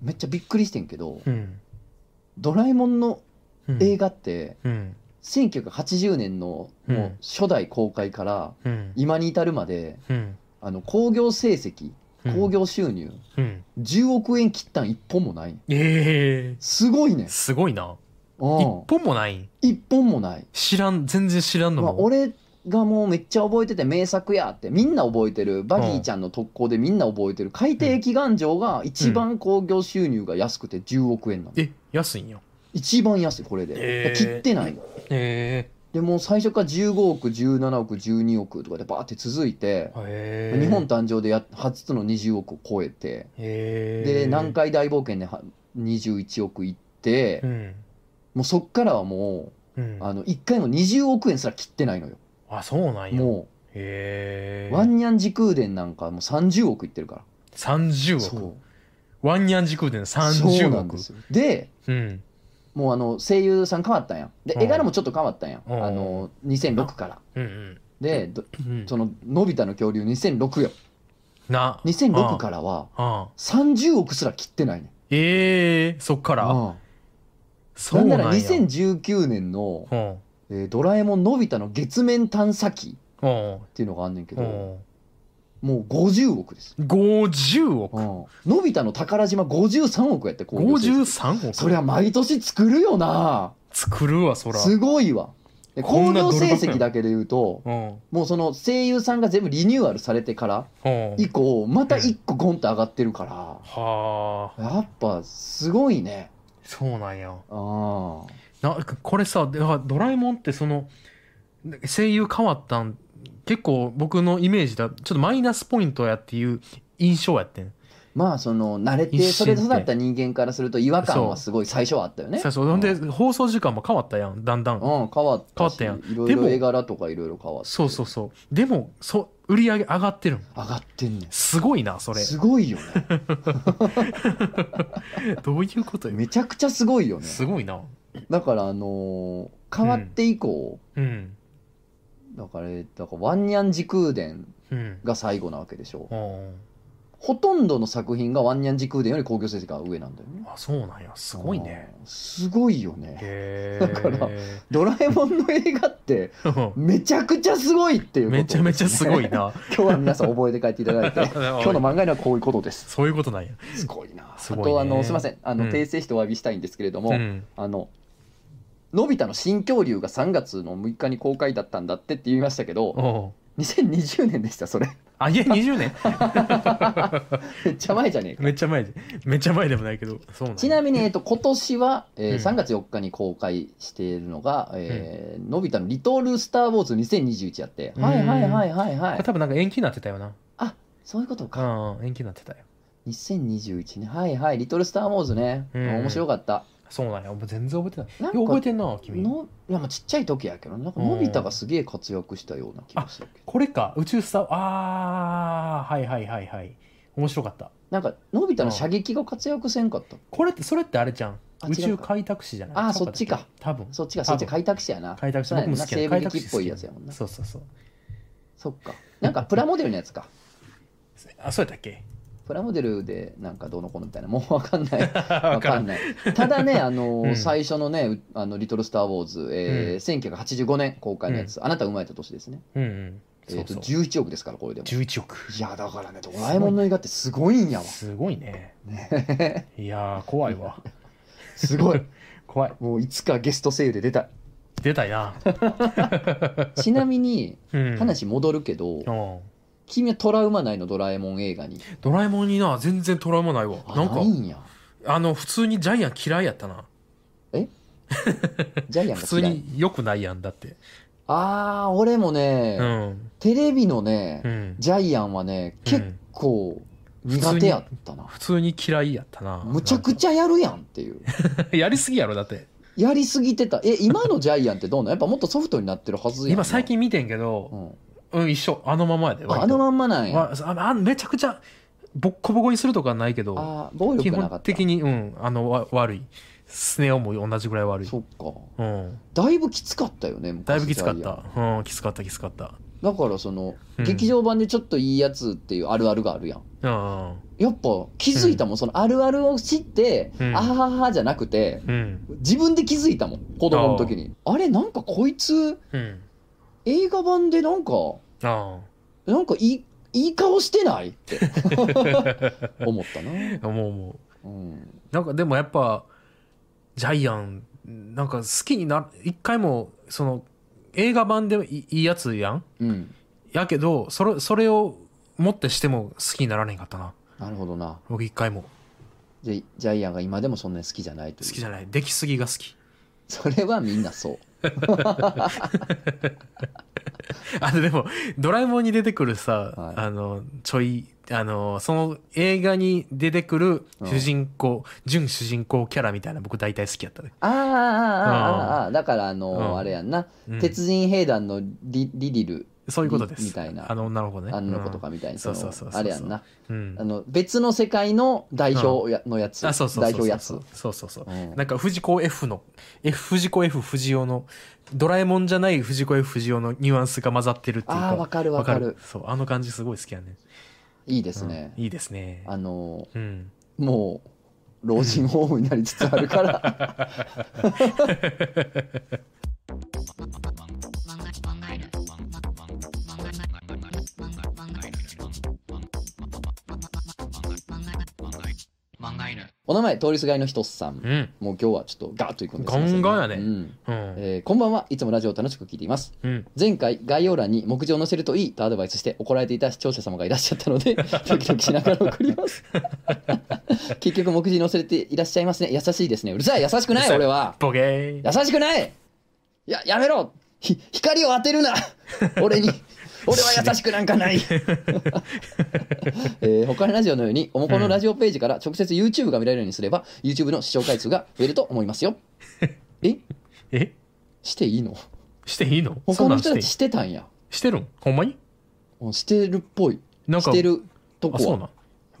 Speaker 2: めっちゃびっくりしてんけど
Speaker 1: うん
Speaker 2: 「ドラえもんの
Speaker 1: うん
Speaker 2: 映画って
Speaker 1: うん
Speaker 2: 1980年の
Speaker 1: うん
Speaker 2: もう初代公開から
Speaker 1: うん
Speaker 2: 今に至るまで
Speaker 1: うん
Speaker 2: あの興行成績
Speaker 1: うん
Speaker 2: 興行収入
Speaker 1: うん
Speaker 2: 10億円切ったん1本もないね
Speaker 1: ええ
Speaker 2: すごいね
Speaker 1: すごいな
Speaker 2: うん
Speaker 1: 一本もないん
Speaker 2: 1本もない
Speaker 1: 知らん全然知らんの
Speaker 2: まあ、
Speaker 1: も
Speaker 2: 俺がもうめっちゃ覚えてて名作やってみんな覚えてるバギーちゃんの特攻でみんな覚えてる海底祈願城が一番興行収入が安くて10億円なの、
Speaker 1: え安いんや
Speaker 2: 一番安いこれで、
Speaker 1: えー
Speaker 2: 切ってないの
Speaker 1: え
Speaker 2: でもう最初から15億17億12億とかでバーって続いて
Speaker 1: え、ええ
Speaker 2: 日本誕生でや初の20億を超えて、
Speaker 1: ええ
Speaker 2: で南海大冒険では21億いって、
Speaker 1: うん
Speaker 2: もうそっからはも
Speaker 1: う
Speaker 2: うんあの1回も20億円すら切ってないのよ
Speaker 1: あそうなんや
Speaker 2: も
Speaker 1: ええ
Speaker 2: うワンニャン時空伝なんかもう30億いってるから。
Speaker 1: 30億
Speaker 2: そう
Speaker 1: ワンニャン時空で
Speaker 2: そう
Speaker 1: 30
Speaker 2: なん
Speaker 1: 億
Speaker 2: ですよで
Speaker 1: うん
Speaker 2: もうあの声優さん変わったんやで
Speaker 1: うん
Speaker 2: 絵柄もちょっと変わったんや
Speaker 1: うん
Speaker 2: あの2006から
Speaker 1: うんうん
Speaker 2: でど
Speaker 1: うん
Speaker 2: その「のび太の恐竜2006」よ
Speaker 1: な
Speaker 2: 2006からは
Speaker 1: ああ
Speaker 2: 30億すら切ってないね
Speaker 1: ええそっから
Speaker 2: ああ
Speaker 1: そ
Speaker 2: な
Speaker 1: うんな
Speaker 2: な
Speaker 1: や
Speaker 2: んら2019年の
Speaker 1: うん
Speaker 2: 「えードラえもんのび太の月面探査機」
Speaker 1: うん
Speaker 2: っていうのがあんねんけ
Speaker 1: う
Speaker 2: ど
Speaker 1: ん
Speaker 2: もう50億です
Speaker 1: 50
Speaker 2: うん
Speaker 1: 億
Speaker 2: のび太の宝島53億やってこういう
Speaker 1: 53億
Speaker 2: そりゃ毎年作るよな
Speaker 1: 作るわそら
Speaker 2: すごいわで
Speaker 1: こ
Speaker 2: 興
Speaker 1: んな
Speaker 2: 行成
Speaker 1: 努力や
Speaker 2: 績だけで言うと
Speaker 1: うん
Speaker 2: もうその声優さんが全部リニューアルされてから
Speaker 1: うん
Speaker 2: 以降また一個ゴンと上がってるか
Speaker 1: はあ
Speaker 2: らやっぱすごいね
Speaker 1: そうなんや
Speaker 2: あ
Speaker 1: なんかこれさだからドラえもんってその声優変わったん結構僕のイメージだちょっとマイナスポイントやっていう印象やってん
Speaker 2: あまあその慣れて
Speaker 1: 一線って
Speaker 2: それで育った人間からすると違和感はすごい最初はあったよね。
Speaker 1: そうそうほんで、放送時間も変わったやんだんだん、
Speaker 2: うん、変わったし
Speaker 1: 変わったやん
Speaker 2: いろい
Speaker 1: で
Speaker 2: ろ
Speaker 1: も
Speaker 2: 絵柄とかいろいろ変わって
Speaker 1: そうそうそうでもそ売り上げ上がってるん
Speaker 2: 上がってんねん
Speaker 1: すごいなそれ
Speaker 2: すごいよね
Speaker 1: どういうことよ
Speaker 2: めちゃくちゃすごいよね
Speaker 1: すごいな
Speaker 2: だからあのー変わって以降、
Speaker 1: うん
Speaker 2: だからえだからワンニャン時空伝
Speaker 1: うん
Speaker 2: が最後なわけでしょ
Speaker 1: あー
Speaker 2: ほとんどの作品がワンニャン時空伝より興行成績が上なんだよね
Speaker 1: あそうなんやすごいね
Speaker 2: うんすごいよね
Speaker 1: へ
Speaker 2: だから
Speaker 1: え
Speaker 2: ドラえもんの映画ってめちゃくちゃすごいっていうこと
Speaker 1: めちゃめちゃすごい な
Speaker 2: 今日は皆さん覚えて帰っていた だいて今日の漫画にはこういうことです
Speaker 1: そういうことなんや
Speaker 2: すごいな
Speaker 1: すごい
Speaker 2: あ
Speaker 1: ね
Speaker 2: とあのすいませんあの、
Speaker 1: うん
Speaker 2: 訂正してお詫びしたいんですけれども、
Speaker 1: うん
Speaker 2: あの、のび太の新恐竜が3月の6日に公開だったんだってって言いましたけど、
Speaker 1: おう
Speaker 2: 2020年でした、それ。
Speaker 1: あいや20年
Speaker 2: めっちゃ前じゃねえ か。
Speaker 1: めっちゃ前でめっちゃ前でもないけどそうなん
Speaker 2: ち
Speaker 1: み
Speaker 2: なみに、えっと、今年は、えー
Speaker 1: うん
Speaker 2: 3月4日に公開しているのが、えーのび太のリトル・スター・ウォーズ2021やって、
Speaker 1: うん
Speaker 2: はいはいはいはいはい。
Speaker 1: 多分なんか延期になってたよな
Speaker 2: そういうことか。
Speaker 1: うん延期になってたよ
Speaker 2: 2021年。はいはい。リトル・スター・ウォーズね。
Speaker 1: うん
Speaker 2: 面白かった。
Speaker 1: そうなんやもう全然覚えてない
Speaker 2: なん
Speaker 1: よう覚え
Speaker 2: か、
Speaker 1: てんな君
Speaker 2: のいやまあちっちゃい時やけど、なんかのび太がすげえ活躍したような気がするけど。
Speaker 1: これか宇宙スターあーはいはいはいはい面白かった
Speaker 2: なんか、のび太の射撃が活躍せんかった。
Speaker 1: これってそれってあれじゃん
Speaker 2: あ
Speaker 1: 宇
Speaker 2: 違う
Speaker 1: 宙
Speaker 2: か
Speaker 1: 開拓士じゃない
Speaker 2: あー
Speaker 1: うだ
Speaker 2: そっちか
Speaker 1: 多分
Speaker 2: そっちがそっ
Speaker 1: 多
Speaker 2: ち
Speaker 1: 分
Speaker 2: 開拓士やな。
Speaker 1: 開拓士
Speaker 2: そうや
Speaker 1: 僕
Speaker 2: ねん
Speaker 1: も
Speaker 2: な
Speaker 1: 好きや
Speaker 2: 西部
Speaker 1: 開
Speaker 2: 劇
Speaker 1: 拓
Speaker 2: っ
Speaker 1: 士
Speaker 2: ぽ
Speaker 1: 好
Speaker 2: い
Speaker 1: き
Speaker 2: やつやもんな。
Speaker 1: そうそうそう
Speaker 2: そっか。なん かプラモデルのやつか。
Speaker 1: あそうやったっけ
Speaker 2: プラモデルでなんかどうのこうのみたいな。もうわかん ない。 わかんない。ただね、あのー
Speaker 1: うん
Speaker 2: 最初のね、うあのリトル・スター・ウォーズ、えー1985年公開のやつ、あなた生まれた年ですね。
Speaker 1: うんうんそう
Speaker 2: え
Speaker 1: そ
Speaker 2: ー
Speaker 1: う
Speaker 2: と11億ですから、これでも。
Speaker 1: 11億
Speaker 2: いや、だからね、ドラえもんの映画ってすごい んやわ。
Speaker 1: すごいね いやー怖いわ
Speaker 2: すごい。
Speaker 1: 怖い
Speaker 2: もういつかゲスト声優で 出たい。
Speaker 1: 出たいな、
Speaker 2: ちなみに、
Speaker 1: うん、
Speaker 2: 話戻るけど、
Speaker 1: うん
Speaker 2: 君はトラウマ内のドラえもん映画に。
Speaker 1: ドラえもんにな全然トラウマないわ
Speaker 2: あ
Speaker 1: なんか
Speaker 2: ないんや。
Speaker 1: あの普通にジャイアン嫌いやったな
Speaker 2: ジャイアン
Speaker 1: 普
Speaker 2: が
Speaker 1: 通
Speaker 2: 嫌い。
Speaker 1: に良くないやんだって
Speaker 2: ああ、俺もね、
Speaker 1: うん
Speaker 2: テレビのね、
Speaker 1: うん
Speaker 2: ジャイアンはね、
Speaker 1: う
Speaker 2: 結
Speaker 1: ん
Speaker 2: 構苦手やったな。
Speaker 1: 普通に嫌いやったな
Speaker 2: むちゃくちゃやるやんっていう。
Speaker 1: なんか やりすぎやろだって
Speaker 2: やりすぎてた。え、今のジャイアンってどうなんやっぱ もっとソフトになってるはずやん。
Speaker 1: 今最、近見てんけ
Speaker 2: う
Speaker 1: ど
Speaker 2: ん、
Speaker 1: うん一緒あのままやで
Speaker 2: あ
Speaker 1: 割
Speaker 2: あの
Speaker 1: と
Speaker 2: まんまなんや。
Speaker 1: わああめちゃくちゃボッコボコにするとかはないけど
Speaker 2: ああ、暴
Speaker 1: 基
Speaker 2: 力がなか
Speaker 1: 本
Speaker 2: った。
Speaker 1: 的にうんあのわ悪いスネ夫も同じぐらい悪い
Speaker 2: そっか。
Speaker 1: うん
Speaker 2: だいぶきつかったよね、昔
Speaker 1: だいぶきつかっ
Speaker 2: ジャイアン
Speaker 1: たうんきつかったきつかった
Speaker 2: だからその、
Speaker 1: うん
Speaker 2: 劇場版でちょっといいやつっていうあるあるがあるやん。
Speaker 1: うん
Speaker 2: やっぱ気づいたもん、そのあるあるを知って、
Speaker 1: うん
Speaker 2: あははじゃなくて、
Speaker 1: うん
Speaker 2: 自分で気づいたもん、子供の時に。あれ、なんかこいつ、
Speaker 1: うん
Speaker 2: 映画版でなんか、
Speaker 1: あ
Speaker 2: なんかいい、いい顔してないって思っ たな。
Speaker 1: あもうもう
Speaker 2: うん。
Speaker 1: なんかでもやっぱジャイアンなんか好きにな一回もその映画版でいいいやつやん
Speaker 2: うん。
Speaker 1: やけどそれそれをもってしても好きにならねんかったな
Speaker 2: なるほどな。
Speaker 1: 僕一回も
Speaker 2: ジャジャイアンが今でもそんなに好きじゃないと
Speaker 1: 好
Speaker 2: いう。
Speaker 1: きじゃない出来すぎが好き
Speaker 2: それはみんなそう。
Speaker 1: あでも「ドラえもん」に出てくるさ、
Speaker 2: はい
Speaker 1: あのちょいあのその映画に出てくる主人公、純主人公キャラみたいな僕大体好きやったね、
Speaker 2: ああ、ああ、ああ、ああ。だから、あ
Speaker 1: う
Speaker 2: の、
Speaker 1: ん
Speaker 2: あれやんな。
Speaker 1: うん
Speaker 2: 鉄人兵団のリリリル、
Speaker 1: そういうことです
Speaker 2: みみたいな
Speaker 1: あの女の子ね
Speaker 2: あの子とかみたいな、
Speaker 1: そう
Speaker 2: の
Speaker 1: そうそうそうそう
Speaker 2: あれやんな。
Speaker 1: うん、
Speaker 2: あの、別の世界の代表やのやつ。
Speaker 1: あそうそうそう
Speaker 2: 代
Speaker 1: そう
Speaker 2: 表やつ。うん
Speaker 1: そうそうそうなんか藤子 F の、F、藤子 F 不二雄の、ドラえもんじゃない藤子 F 不二雄のニュアンスが混ざってるっていうか。
Speaker 2: ああ、わかるわ
Speaker 1: わ
Speaker 2: かる。
Speaker 1: そう、あの感じすごい好きやね。
Speaker 2: いいですね
Speaker 1: う。んいいですね。
Speaker 2: あの、
Speaker 1: うん。
Speaker 2: もう老人ホームになりつつあるからお名前通りすがりのひとっさ
Speaker 1: う
Speaker 2: ん
Speaker 1: ん。
Speaker 2: もう今日はちょっとガーッといくんです
Speaker 1: ガンガンやね
Speaker 2: うん
Speaker 1: うん。
Speaker 2: えーこんばんはいつもラジオを楽しく聞いています
Speaker 1: うん。
Speaker 2: 前回概要欄に目次を載せるといいとアドバイスして怒られていた視聴者様がいらっしゃったの でドキドキしながら送ります結局目次に載せていらっしゃいますね優しいですねうるさい優しくな
Speaker 1: うる
Speaker 2: い
Speaker 1: さい
Speaker 2: 俺は
Speaker 1: ボケー。
Speaker 2: 優しくないややめろひ光を当てるな俺に俺は優しくなんかない、 えー他のラジオのようにおもこのラジオページから直接 YouTube が見られるようにすれば YouTube の視聴回数が増えると思 いますよえ
Speaker 1: え
Speaker 2: していいの
Speaker 1: していいのそ
Speaker 2: 他
Speaker 1: んな
Speaker 2: の
Speaker 1: んして
Speaker 2: 人
Speaker 1: い
Speaker 2: た
Speaker 1: い
Speaker 2: ちしてたんや
Speaker 1: してるんほんまに
Speaker 2: うんしてるっぽい
Speaker 1: なんか
Speaker 2: してると
Speaker 1: あ
Speaker 2: こ
Speaker 1: そう
Speaker 2: は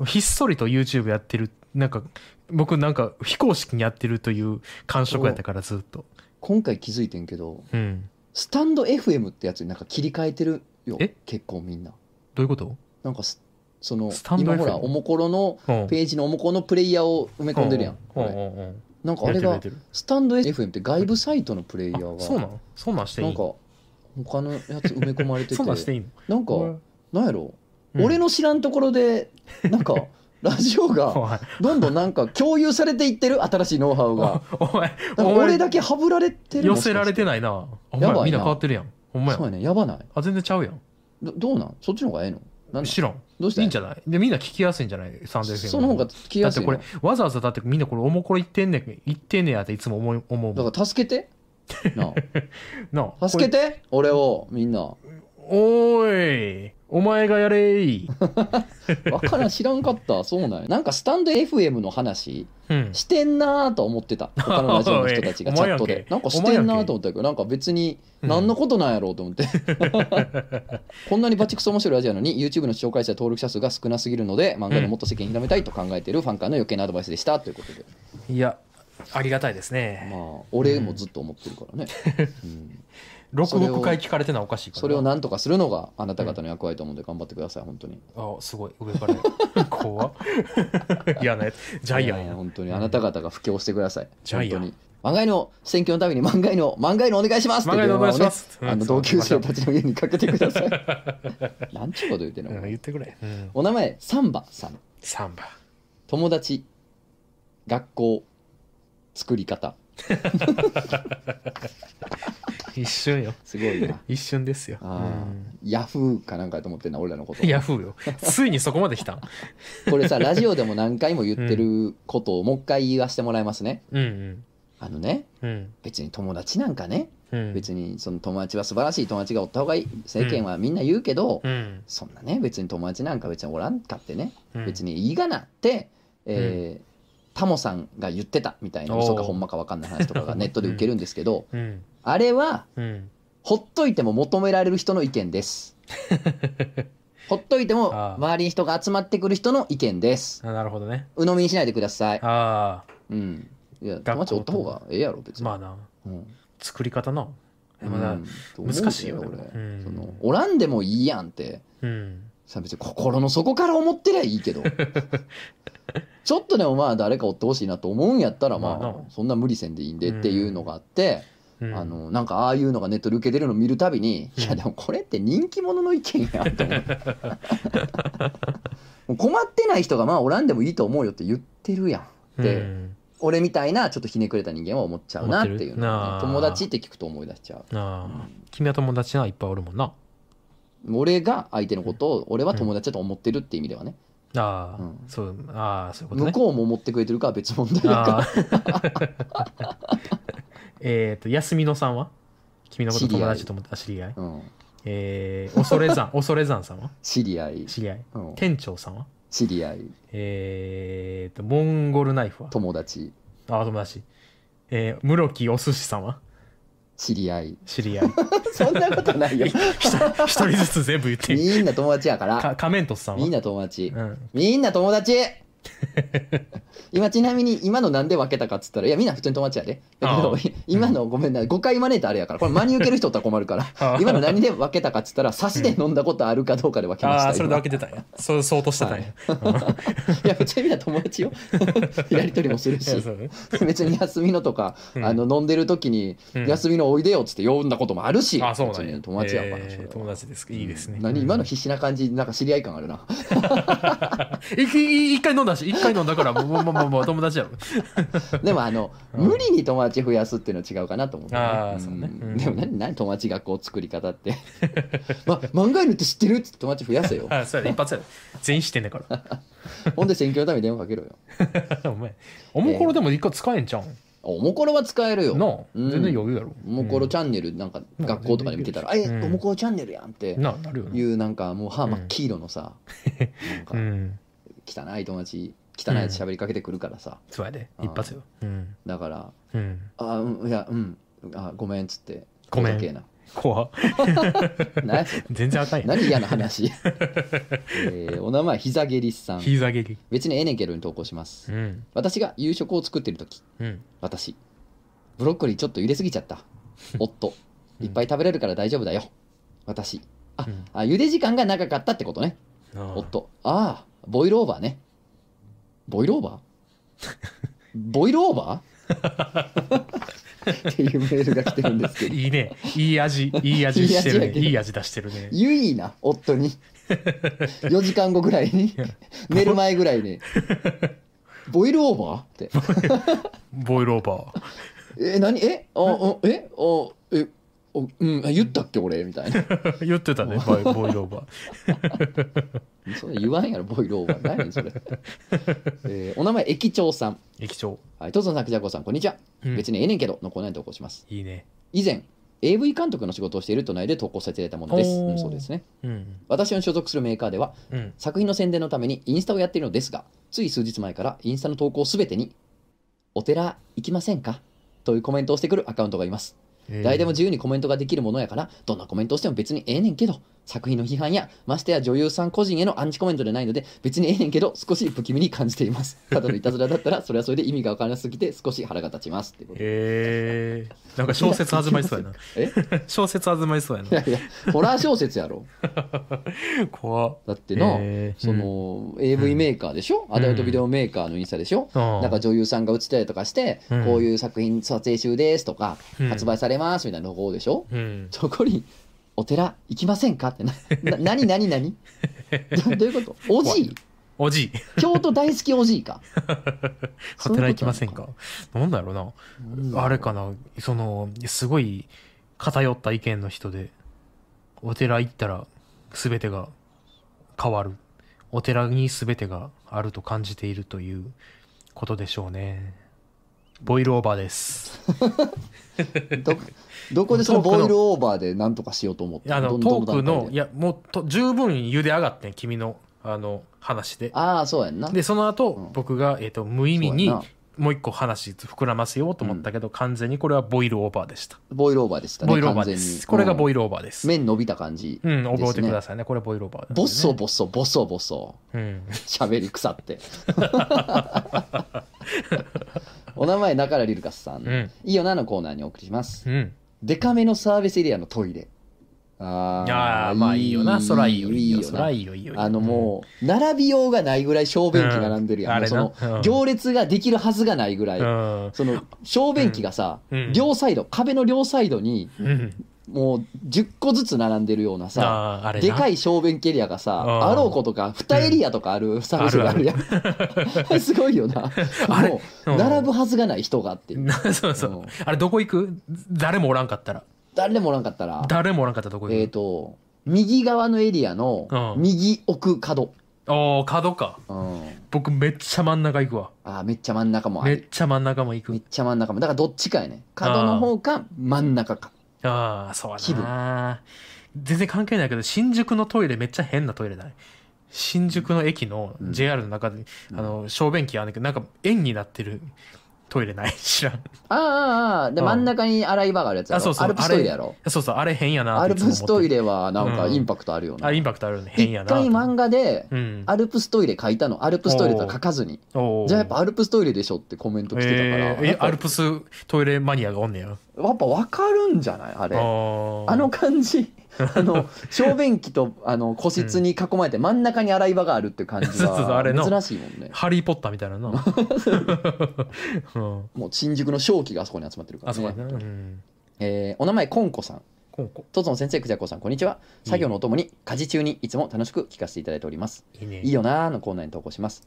Speaker 1: なんひっそりと YouTube やってるなんか僕なんか非公式にやってるという感触やったからずっと
Speaker 2: 今回気づいてんけど
Speaker 1: うん
Speaker 2: スタンド FM ってやつになんか切り替えてるよ
Speaker 1: え
Speaker 2: 結構みんな
Speaker 1: どういうこと
Speaker 2: なんかすその
Speaker 1: スタンド
Speaker 2: 今ほら
Speaker 1: FM
Speaker 2: おもころの
Speaker 1: うん
Speaker 2: ページのおもころのプレイヤーを埋め込んでるやん
Speaker 1: う
Speaker 2: こ
Speaker 1: んう
Speaker 2: れ
Speaker 1: んうん
Speaker 2: なんか
Speaker 1: やっ
Speaker 2: あれ
Speaker 1: てるやっ
Speaker 2: が
Speaker 1: てる
Speaker 2: スタンド FM って外部サイトのプレイヤー
Speaker 1: あそうな
Speaker 2: が
Speaker 1: んそうなんしてい
Speaker 2: ないんか他のやつ埋め込まれてて
Speaker 1: そんなんしていいの
Speaker 2: なんかなんやろ
Speaker 1: うん
Speaker 2: 俺の知らんところでな んかラジオ
Speaker 1: お
Speaker 2: が
Speaker 1: 前
Speaker 2: どんどんなんか共有されていってる新しいノウハウが
Speaker 1: お前
Speaker 2: なん
Speaker 1: お
Speaker 2: か
Speaker 1: 前
Speaker 2: 俺だけはぶられてる
Speaker 1: 寄せられてないなお前
Speaker 2: やばいな
Speaker 1: みんな変わってるやんほんま
Speaker 2: も
Speaker 1: や
Speaker 2: しかしてそうやねやばない
Speaker 1: あ全然ちゃうやん
Speaker 2: どどうなんそっちの方がええのなんなん
Speaker 1: 知らん
Speaker 2: どうした
Speaker 1: いいんじゃないでみんな聞きやすいんじゃないサンド FM
Speaker 2: その方が聞きやすい
Speaker 1: だ
Speaker 2: の
Speaker 1: ってこれわざわざだってみんなこれおもこれ言ってんねん言ってんねやっていつも思い思うもん
Speaker 2: だから助け てな
Speaker 1: な
Speaker 2: あ
Speaker 1: あ
Speaker 2: 助け
Speaker 1: て
Speaker 2: て俺をみんな
Speaker 1: おーいお前がやれー
Speaker 2: わからん知らんかったそうなんやなんかスタンド FM の話
Speaker 1: うん
Speaker 2: してんなーと思ってた他のラジオの人たち が
Speaker 1: お
Speaker 2: チ
Speaker 1: 前
Speaker 2: ャ
Speaker 1: や
Speaker 2: ッ
Speaker 1: ん
Speaker 2: ト
Speaker 1: け
Speaker 2: でなんかしてんなーと思ったけどなんか別に何のことなんやろうと思って こんなにバチクソ面白いラジオなのに YouTube の視聴回数や登録者数が少なすぎるので漫画でもっと世間に広めたいと考えているファンからの余計なアドバイスでしたということで
Speaker 1: いやありがたいですね
Speaker 2: まあ俺もずっと思ってるからね、うん、
Speaker 1: 6億回聞かれてるのはおかしいからな
Speaker 2: それをなんとかするのがあなた方の役割と思うんで頑張ってください本当に
Speaker 1: あすごい上から 怖っ嫌なやつジャイアン
Speaker 2: い
Speaker 1: や
Speaker 2: や本当にあなた方が布教してください。
Speaker 1: ジャイアン
Speaker 2: 本当に。漫画への選挙のために漫画への漫画へのお願いしますって
Speaker 1: 漫画へのお願いします
Speaker 2: 電話をねあの
Speaker 1: うん
Speaker 2: 同級生たちの家にかけてくださ い。なんちゅうこと言ってんの、
Speaker 1: うん言ってくれ、うん、
Speaker 2: お名前、サンバさん。
Speaker 1: 3番
Speaker 2: 友達、学校、作り方。
Speaker 1: 一瞬よ。
Speaker 2: すごいな
Speaker 1: 一瞬ですよ、
Speaker 2: あーヤフーかなんかやと思ってんな、俺らのこと
Speaker 1: うん、。ヤフーよついにそこまで来た
Speaker 2: これさ、ラジオでも何回も言ってることをもう一回言わせてもらいますね。
Speaker 1: うん
Speaker 2: あのね、
Speaker 1: うんうん
Speaker 2: 別に友達なんかね、
Speaker 1: うん
Speaker 2: 別にその友達は素晴らしい友達がおった方がいい。世間はみんな言うけど、
Speaker 1: うん
Speaker 2: そんなね別に友達なんか別におらんかってね、
Speaker 1: うん
Speaker 2: 別にいいがなって、えータモさんが言ってたみたいな
Speaker 1: おー
Speaker 2: 嘘かほんまか分かんない話とか がネットで受けるんですけど、
Speaker 1: うん
Speaker 2: あれは
Speaker 1: うん
Speaker 2: ほっといても求められる人の意見です ほっといても
Speaker 1: あー
Speaker 2: 周りに人が集まってくる人の意見です
Speaker 1: あなるほどね
Speaker 2: 鵜呑みにしないでください
Speaker 1: ああ
Speaker 2: うんいや
Speaker 1: 学
Speaker 2: 友
Speaker 1: 校
Speaker 2: 達おった方がええやろ別に、
Speaker 1: まあな
Speaker 2: うん
Speaker 1: 作り方な
Speaker 2: う
Speaker 1: まだ
Speaker 2: んと思うで
Speaker 1: 難しいよ
Speaker 2: 俺、
Speaker 1: うん
Speaker 2: そのおらんでもいいやんって
Speaker 1: うん
Speaker 2: さ別に心の底から思ってりゃいい けどちょっとでもまあ誰か追ってほしいなと思うんやったらまあ、
Speaker 1: まあな
Speaker 2: そんな無理せんでいいんでっていうのがあって、
Speaker 1: うん
Speaker 2: あのなんかああいうのがネットで受けてるの見るたびに、
Speaker 1: うん
Speaker 2: いやでもこれって人気者の意見やんと 思うもう困ってない人がまあおらんでもいいと思うよって言ってるやんって、
Speaker 1: うん
Speaker 2: 俺みたいなちょっとひねくれた人間は思っちゃうなって
Speaker 1: 思
Speaker 2: い
Speaker 1: って
Speaker 2: う
Speaker 1: る
Speaker 2: の
Speaker 1: なあ
Speaker 2: ね友達って聞くと思い出しちゃう
Speaker 1: なあ君は友達ないっぱいおるもんな
Speaker 2: 俺が相手のことを俺は友達だと思ってるって意味ではね、
Speaker 1: ああ、
Speaker 2: うん
Speaker 1: そうああそういうことね
Speaker 2: 向こうも思ってくれてるかは別問題だから
Speaker 1: あー えっと、休みのさんは君のこと友達と思ったあ知り合い。
Speaker 2: うん、
Speaker 1: えー、恐れ 山、恐れ山さんは
Speaker 2: 知り合い、
Speaker 1: 知り合い。
Speaker 2: うん、
Speaker 1: 店長さんは
Speaker 2: 知り合い
Speaker 1: えっと、モンゴルナイフは
Speaker 2: 友達
Speaker 1: あ、友達。えー、室木お寿司さんは
Speaker 2: 知 り合い
Speaker 1: 知り合い。
Speaker 2: そんなことないよ
Speaker 1: 一人一人ずつ全部言って。
Speaker 2: みんな友達やから
Speaker 1: かカメントスさんは
Speaker 2: みんな友達
Speaker 1: うん。
Speaker 2: みんな 友達今ちなみに今のなんで分けたかっつったらいやみんな普通に友達やでだけど
Speaker 1: ああ
Speaker 2: 今のごめんな誤解招いたらあれやからこれ真に受ける人おったら困るから
Speaker 1: ああ
Speaker 2: 今の何で分けたかっつったら差しで飲んだことあるかどうかで分けました
Speaker 1: ああ、それで分
Speaker 2: け
Speaker 1: けてたんや。そう、そうとしてたんや。
Speaker 2: いや普通にみんな友達よ やり取りもする
Speaker 1: いや
Speaker 2: し
Speaker 1: そうね
Speaker 2: 別に休みのとか、
Speaker 1: うん
Speaker 2: あの飲んでる時に、
Speaker 1: うん
Speaker 2: 休みのおいでよっつって呼んだこともあるし
Speaker 1: あ、そうなん
Speaker 2: 別
Speaker 1: や。
Speaker 2: に友達やから、
Speaker 1: えー
Speaker 2: それは
Speaker 1: 友達です。いいですね。
Speaker 2: 何今の必死な感じなんか知り合い感あ るな
Speaker 1: いい一回飲んだし、一回飲んだから、もう、もう、もう、もう、友達やろ。
Speaker 2: でもあの、
Speaker 1: うん
Speaker 2: 無理に友達増やすっていうのは違うかなと思う、
Speaker 1: あーそうね
Speaker 2: ん
Speaker 1: うん
Speaker 2: でも何何友達学校作り方って ま漫画犬って知ってるって友達増やせよ
Speaker 1: あ、そうやね、一発やで。全員してんねんか
Speaker 2: ほんで選挙のために電話かけろよ
Speaker 1: ら。お前。おもころでも一回使えんじゃん。
Speaker 2: おもころは使えるよ。
Speaker 1: なあ、
Speaker 2: うん
Speaker 1: 全然余裕やろ
Speaker 2: おもころチャンネルなんか
Speaker 1: うん
Speaker 2: 学校とかで見てたら「
Speaker 1: うん
Speaker 2: えおもころチャンネルやん」って
Speaker 1: なあなるよ
Speaker 2: い
Speaker 1: ね
Speaker 2: うなんかもう歯真っ黄色のさ、
Speaker 1: う
Speaker 2: なんか
Speaker 1: ん
Speaker 2: 汚い友達汚いやつ喋りかけてくるからさ
Speaker 1: そうやで
Speaker 2: あー
Speaker 1: 一発ようん
Speaker 2: だから
Speaker 1: うん
Speaker 2: 「あうんいやうんあごめん」っつって「
Speaker 1: ごめん
Speaker 2: ふざけえな
Speaker 1: 怖っ
Speaker 2: な
Speaker 1: 全然あかんやん
Speaker 2: 何嫌な話、 えーお名前膝蹴りさん
Speaker 1: 膝蹴り
Speaker 2: 別にええねんけどに投稿します
Speaker 1: うん
Speaker 2: 私が夕食を作ってる時
Speaker 1: うん
Speaker 2: 私ブロッコリーちょっと入れすぎちゃった夫
Speaker 1: うん
Speaker 2: いっぱい食べれるから大丈夫だよ私あ
Speaker 1: うん
Speaker 2: あ茹で時間が長かったってことね
Speaker 1: なあ
Speaker 2: 夫ああボイルオーバーねボイルオーバー ボイルオーバ ーっていうメールが来てるんですけど
Speaker 1: いいねいい味いい味してる
Speaker 2: いい味や
Speaker 1: ね
Speaker 2: けど
Speaker 1: いい味出してるね
Speaker 2: ゆいな夫に4時間後ぐらいに寝る前ぐらいにボイルオーバーって
Speaker 1: ボイルオーバー
Speaker 2: え何えああえあえあうんあ言ったっけ俺みたいな
Speaker 1: 言ってたねボイボイルオーバー
Speaker 2: それ言わんやろボイルオーバー何それ、えーお名前駅長さん
Speaker 1: 駅長
Speaker 2: はいとつのさんくじゃこさんこんにちは、
Speaker 1: うん
Speaker 2: 別にええねんけどのコーナーに投稿します
Speaker 1: いいね
Speaker 2: 以前 AV 監督の仕事をしている都内で投稿させていただいたものです、
Speaker 1: おー
Speaker 2: うんそうですね
Speaker 1: うん
Speaker 2: 私の所属するメーカーでは
Speaker 1: うん
Speaker 2: 作品の宣伝のためにインスタをやっているのですがつい数日前からインスタの投稿すべてに「お寺行きませんか?」というコメントをしてくるアカウントがいます
Speaker 1: えー
Speaker 2: 誰でも自由にコメントができるものやからどんなコメントをしても別にええねんけど作品の批判やましてや女優さん個人へのアンチコメントでないので別にええねんけど少し不気味に感じていますただのいたずらだったらそれはそれで意味がわからなすぎて少し腹が立ちますってこと
Speaker 1: えー、なんか小説始まりそうやな
Speaker 2: え
Speaker 1: 小説始まりそうや
Speaker 2: いやいやホラー小説やろ
Speaker 1: な怖っ
Speaker 2: だってな、
Speaker 1: えー
Speaker 2: その AV メーカーでしょ、アダルトビデオメーカーのインスタでしょ、
Speaker 1: うん
Speaker 2: なんか女優さんが映ったりとかして、
Speaker 1: うん
Speaker 2: こういう作品撮影中ですとか、
Speaker 1: うん
Speaker 2: 発売されますみたいなのこでしょ、
Speaker 1: うん
Speaker 2: そこに「お寺行きませんか?」ってな「な何 何何どどういうことおじい
Speaker 1: おじい
Speaker 2: 京都大好きおじいかそういうことなの
Speaker 1: 働きませんかなんだろうな、あれかなそのすごい偏った意見の人でお寺行ったら全てが変わるお寺に全てがあると感じているということでしょうねボイルオーバーです
Speaker 2: どどこでそのボイルオーバーで何とかしようと思って
Speaker 1: あの
Speaker 2: どん
Speaker 1: ト
Speaker 2: どん
Speaker 1: ーク
Speaker 2: 段
Speaker 1: の
Speaker 2: 階
Speaker 1: い
Speaker 2: で
Speaker 1: やもうと十分茹で上がってん君のあの話で
Speaker 2: ああそうやんな
Speaker 1: でその後、
Speaker 2: うん
Speaker 1: 僕が、えー、と無意味
Speaker 2: そう
Speaker 1: に
Speaker 2: やな
Speaker 1: もう一個話膨らませようと思ったけど、完全にこれはボイルオーバーでした
Speaker 2: ボイルオーバーでしたね
Speaker 1: ボイルオーバー
Speaker 2: 完
Speaker 1: で
Speaker 2: 全に
Speaker 1: す。これがボ
Speaker 2: イ
Speaker 1: イルオーバーです。
Speaker 2: 麺伸びた感じ、
Speaker 1: うん、
Speaker 2: ですね
Speaker 1: 覚えてくださいね。これボイルオーバーなんでね
Speaker 2: ボッソボッソボッソボッソ
Speaker 1: うん。
Speaker 2: 喋り腐って お名前中良リルカスさん、
Speaker 1: うん。
Speaker 2: いいよなのコーナーにお送りします
Speaker 1: うん。
Speaker 2: デカめのサービスエリアのトイレ あ
Speaker 1: いやーまあいいよな。そらいいよ、いいよ。
Speaker 2: な
Speaker 1: そらいいよ、いいよ。
Speaker 2: あのもう並びようがないぐらい小便器並んでるやん、
Speaker 1: うんあれ
Speaker 2: そ
Speaker 1: な
Speaker 2: の、
Speaker 1: うん
Speaker 2: 行列ができるはずがないぐら
Speaker 1: う
Speaker 2: い、
Speaker 1: ん。うん。
Speaker 2: その小便器がさ、
Speaker 1: うん
Speaker 2: 両サイド壁の両サイドに
Speaker 1: うん。
Speaker 2: もう10個ずつ並んでるようなさ
Speaker 1: あーあれな。
Speaker 2: でかい小便器エリアがさ
Speaker 1: うん
Speaker 2: あろうことか2エリアとかあるサービスがあるやん、 すごいよな
Speaker 1: あれ
Speaker 2: もう
Speaker 1: うん
Speaker 2: 並ぶはずがない人がっていう。
Speaker 1: な。 そうそううんあれどこ行く誰もおらんかったら。
Speaker 2: 誰でもおらんかったら
Speaker 1: 誰もおらんかったらどこ
Speaker 2: えっ、
Speaker 1: 行く
Speaker 2: と右側のエリアの
Speaker 1: うん
Speaker 2: 右奥角、
Speaker 1: おー、角か。
Speaker 2: うん
Speaker 1: 僕めっちゃ真ん中行くわ。
Speaker 2: あーめっちゃ真ん中もあ
Speaker 1: め
Speaker 2: る
Speaker 1: っちゃ真ん中も行く
Speaker 2: めっ。ちゃ真ん中もだからどっちかやね角の方か真ん中か
Speaker 1: ああ、そう
Speaker 2: 気
Speaker 1: やな。全然関係ないけど、新宿のトイレめっちゃ変なトイレだね。新宿の駅の
Speaker 2: うん
Speaker 1: JR の中で、
Speaker 2: うん
Speaker 1: あの、小便器あるんだけど、なんか円になってるトイレない 知らん。
Speaker 2: あーあーあーで
Speaker 1: うん
Speaker 2: 真ん中に洗い場があるやつやろ
Speaker 1: あそうそう
Speaker 2: アルプストイレやろ
Speaker 1: そうそう、あれ変やなっ
Speaker 2: ア
Speaker 1: てい
Speaker 2: ル
Speaker 1: つも
Speaker 2: プ
Speaker 1: 思って
Speaker 2: ストイレはなんか
Speaker 1: うん
Speaker 2: インパクトあるよな
Speaker 1: あ、インパクトあるね。変や
Speaker 2: 一
Speaker 1: なと。
Speaker 2: 回漫画で
Speaker 1: うん。
Speaker 2: アルプストイレ書いたのアルプストイレとは書かずに
Speaker 1: おー
Speaker 2: じゃあやっぱアルプストイレでしょってコメント来てたから、
Speaker 1: えーえ
Speaker 2: やっぱ
Speaker 1: アルプストイレマニアがおんねや。
Speaker 2: やっぱ分かるんじゃないあれあ
Speaker 1: あ
Speaker 2: の
Speaker 1: の、
Speaker 2: 感じ あの小便器とあの個室に囲まれて真ん中に洗い場があるっていう感じ
Speaker 1: そうそうそうあ
Speaker 2: は
Speaker 1: れの
Speaker 2: 珍しいもんね
Speaker 1: ハリー・ポッターみたいな の。うん。
Speaker 2: もう新宿の正気があそこに集まってるから
Speaker 1: あ、そうやな。
Speaker 2: ね
Speaker 1: うん。
Speaker 2: えーお名前コンコさん
Speaker 1: こうこ
Speaker 2: とつの先生くじゃこさんこんにちは作業のおともに家事中にいつも楽しく聞かせていただいております
Speaker 1: う。いいね。
Speaker 2: いいよなーのコーナーに投稿します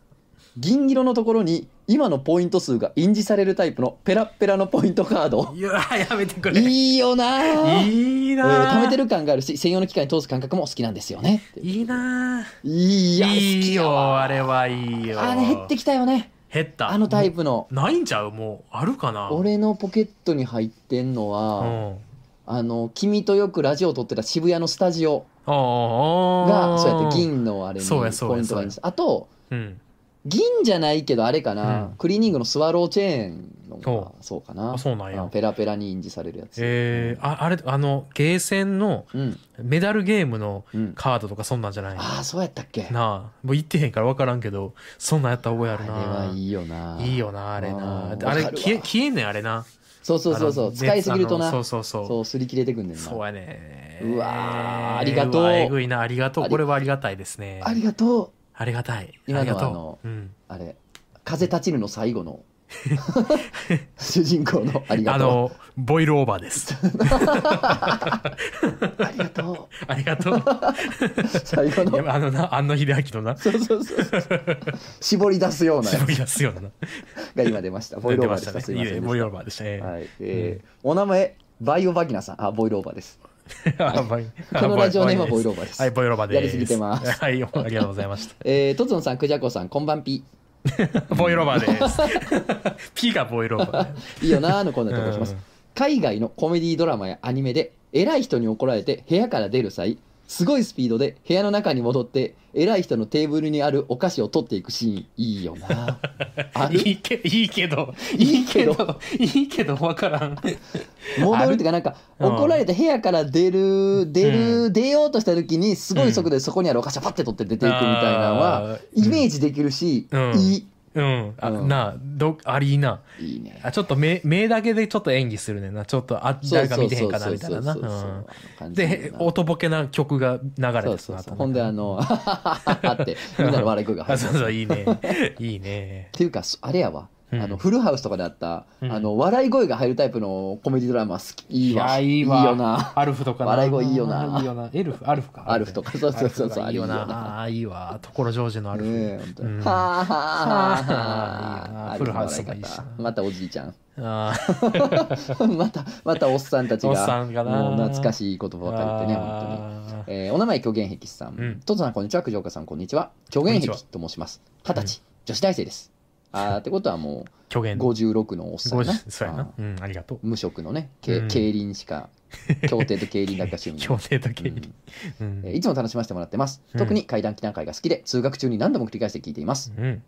Speaker 2: 銀色のところに今のポイント数が印字されるタイプのペラッペラのポイントカード
Speaker 1: いや、やめてくれ。い
Speaker 2: いいよなー
Speaker 1: い
Speaker 2: え
Speaker 1: なあ
Speaker 2: ー貯めてる感があるし専用の機械に通す感覚も好きなんですよね
Speaker 1: いいなあ
Speaker 2: いや
Speaker 1: いい
Speaker 2: 好きや
Speaker 1: よ
Speaker 2: わ
Speaker 1: あれはいいよ
Speaker 2: あれ減ってきたよね
Speaker 1: 減った
Speaker 2: あのタイ
Speaker 1: プ
Speaker 2: プの
Speaker 1: ないんちゃうもうあるかな
Speaker 2: 俺のポケットに入ってんの
Speaker 1: うん
Speaker 2: は、
Speaker 1: あ
Speaker 2: あの君とよくラジオを撮ってた渋谷のスタジオ
Speaker 1: ああ
Speaker 2: が
Speaker 1: あ
Speaker 2: そうやって銀のあれに
Speaker 1: そうやそうや
Speaker 2: ポイントがありますあと
Speaker 1: うん
Speaker 2: 銀じゃないけどあれかな、
Speaker 1: うん
Speaker 2: クリーニングのスワローチェーンのが
Speaker 1: ほ
Speaker 2: そうかな
Speaker 1: あそうなんや
Speaker 2: あペラペラに印字されるやつ
Speaker 1: えー、ああれあのゲーセンの
Speaker 2: うん
Speaker 1: メダルゲームの
Speaker 2: うん
Speaker 1: カードとかそんなんじゃない
Speaker 2: ああそうやったっけ
Speaker 1: なあもう行ってへんから分からんけどそんなんやった覚えあるな
Speaker 2: あれはいいよない
Speaker 1: いよなあれな
Speaker 2: あー
Speaker 1: あれ
Speaker 2: わかるわ
Speaker 1: 消え消えんねんあれな
Speaker 2: そうそうそうそ
Speaker 1: あ
Speaker 2: う
Speaker 1: の
Speaker 2: 使いすぎると
Speaker 1: あ
Speaker 2: な
Speaker 1: のそうそうそ
Speaker 2: そう擦り切れてくん
Speaker 1: う
Speaker 2: ね
Speaker 1: ん
Speaker 2: な
Speaker 1: そうやね
Speaker 2: うわーありがとう
Speaker 1: わえぐいなありがと
Speaker 2: あ
Speaker 1: う
Speaker 2: り
Speaker 1: これはありがたいですね
Speaker 2: ありがとう
Speaker 1: ありがたい
Speaker 2: 今の
Speaker 1: ありが
Speaker 2: あの
Speaker 1: とううん
Speaker 2: あれ風立ちぬの最 後の主人公のありが
Speaker 1: あ
Speaker 2: と
Speaker 1: のボイルオーバーです
Speaker 2: うありがとう
Speaker 1: ありがとう
Speaker 2: 最後
Speaker 1: い
Speaker 2: の
Speaker 1: やあのな安野秀明のな
Speaker 2: そうそうそうそう 絞り出すようなや
Speaker 1: 絞
Speaker 2: つ
Speaker 1: り出すようなな
Speaker 2: が今出ましたボイルオーバーでした
Speaker 1: 出てま
Speaker 2: すいませ
Speaker 1: ねいえ
Speaker 2: ん
Speaker 1: ボイ
Speaker 2: でし
Speaker 1: ルオーバーでしたね
Speaker 2: たはいえーお名前バイオバギナさんあボイルオーバーです
Speaker 1: あボイ
Speaker 2: このラジオネームはボイ
Speaker 1: ロ
Speaker 2: ルオーバーです、
Speaker 1: はいボイロバです
Speaker 2: やりすぎてます
Speaker 1: はいありがとうございまし
Speaker 2: えー、とつのさんくじゃこさんこんばんぴ
Speaker 1: たボイロバです P がボイロバ
Speaker 2: いいよなーのこんなとこします、
Speaker 1: うん
Speaker 2: 海外のコメディドラマやアニメで偉い人に怒られて部屋から出る際すごいスピードで部屋の中に戻って偉い人のテーブルにあるお菓子を取っていくシーンいいよ なある
Speaker 1: いいけいいけど
Speaker 2: いいけど
Speaker 1: いいけど分からん
Speaker 2: 戻るっていうかなんか
Speaker 1: うん
Speaker 2: 怒られて部屋から出る出る、
Speaker 1: う
Speaker 2: 出ようとした時にすごい速度でそこにあるお菓子をパッて取って出ていくみたいなのは
Speaker 1: あー
Speaker 2: イメージできるし、
Speaker 1: うん
Speaker 2: いい
Speaker 1: うんあ
Speaker 2: うん
Speaker 1: なあどありな
Speaker 2: はいいね
Speaker 1: あちょっと目目だけでちょっと演技するねんなちょっとあ誰か見てへんかなみたいなな
Speaker 2: そうそうそう
Speaker 1: うん
Speaker 2: そうあの感じだよ
Speaker 1: で
Speaker 2: な
Speaker 1: 音ボケな曲が流れて
Speaker 2: そう
Speaker 1: く
Speaker 2: そ
Speaker 1: る
Speaker 2: う
Speaker 1: な
Speaker 2: そ
Speaker 1: と
Speaker 2: うほんであのあってみんなの笑い声が
Speaker 1: あ
Speaker 2: 入る
Speaker 1: そうそういい ねいいね
Speaker 2: っていうかそあれやわ、
Speaker 1: うん
Speaker 2: あのフルハウスとかであった、
Speaker 1: うん
Speaker 2: あの笑い声が入るタイプのコメディドラマ好きいいわ
Speaker 1: いやいいわ
Speaker 2: よな
Speaker 1: アルフとかな
Speaker 2: 笑い声いいよな
Speaker 1: あいいよなエルフアルフか
Speaker 2: アルフとかそうそうそ
Speaker 1: ア
Speaker 2: うそう
Speaker 1: ルフがいいよ
Speaker 2: あれいいよな
Speaker 1: なあーいいわ所ジョージのアルフ、
Speaker 2: ねえ本当に
Speaker 1: うん
Speaker 2: はあはあ
Speaker 1: はあはあ
Speaker 2: は
Speaker 1: い
Speaker 2: あ
Speaker 1: いな
Speaker 2: あ
Speaker 1: フルハウスもいいし
Speaker 2: あれの笑い方またおじい ちゃん
Speaker 1: あー
Speaker 2: またまたおっさんたち
Speaker 1: おっさん
Speaker 2: が
Speaker 1: がな
Speaker 2: もう懐かしい言葉ばかり言ってね本当に
Speaker 1: あー
Speaker 2: えーお名前虚言癖さん、
Speaker 1: うん
Speaker 2: トトさんこんにちは九条さんこんにちは虚言
Speaker 1: こん
Speaker 2: 癖
Speaker 1: に
Speaker 2: と申します二十歳、女子大生ですあーってことはも
Speaker 1: 虚
Speaker 2: う
Speaker 1: 言
Speaker 2: 56のおっさんやな
Speaker 1: 50そうや
Speaker 2: あー
Speaker 1: なうんありがとう
Speaker 2: 無職のね、け
Speaker 1: うん
Speaker 2: 競輪 しか競艇と競輪だけが趣味
Speaker 1: 協定だ
Speaker 2: う
Speaker 1: け
Speaker 2: ん
Speaker 1: にう
Speaker 2: え
Speaker 1: ん
Speaker 2: ーいつも楽しませてもらってます、
Speaker 1: うん
Speaker 2: 特に怪談祈談会が好きで通学中に何度も繰り返して聞いています、
Speaker 1: うん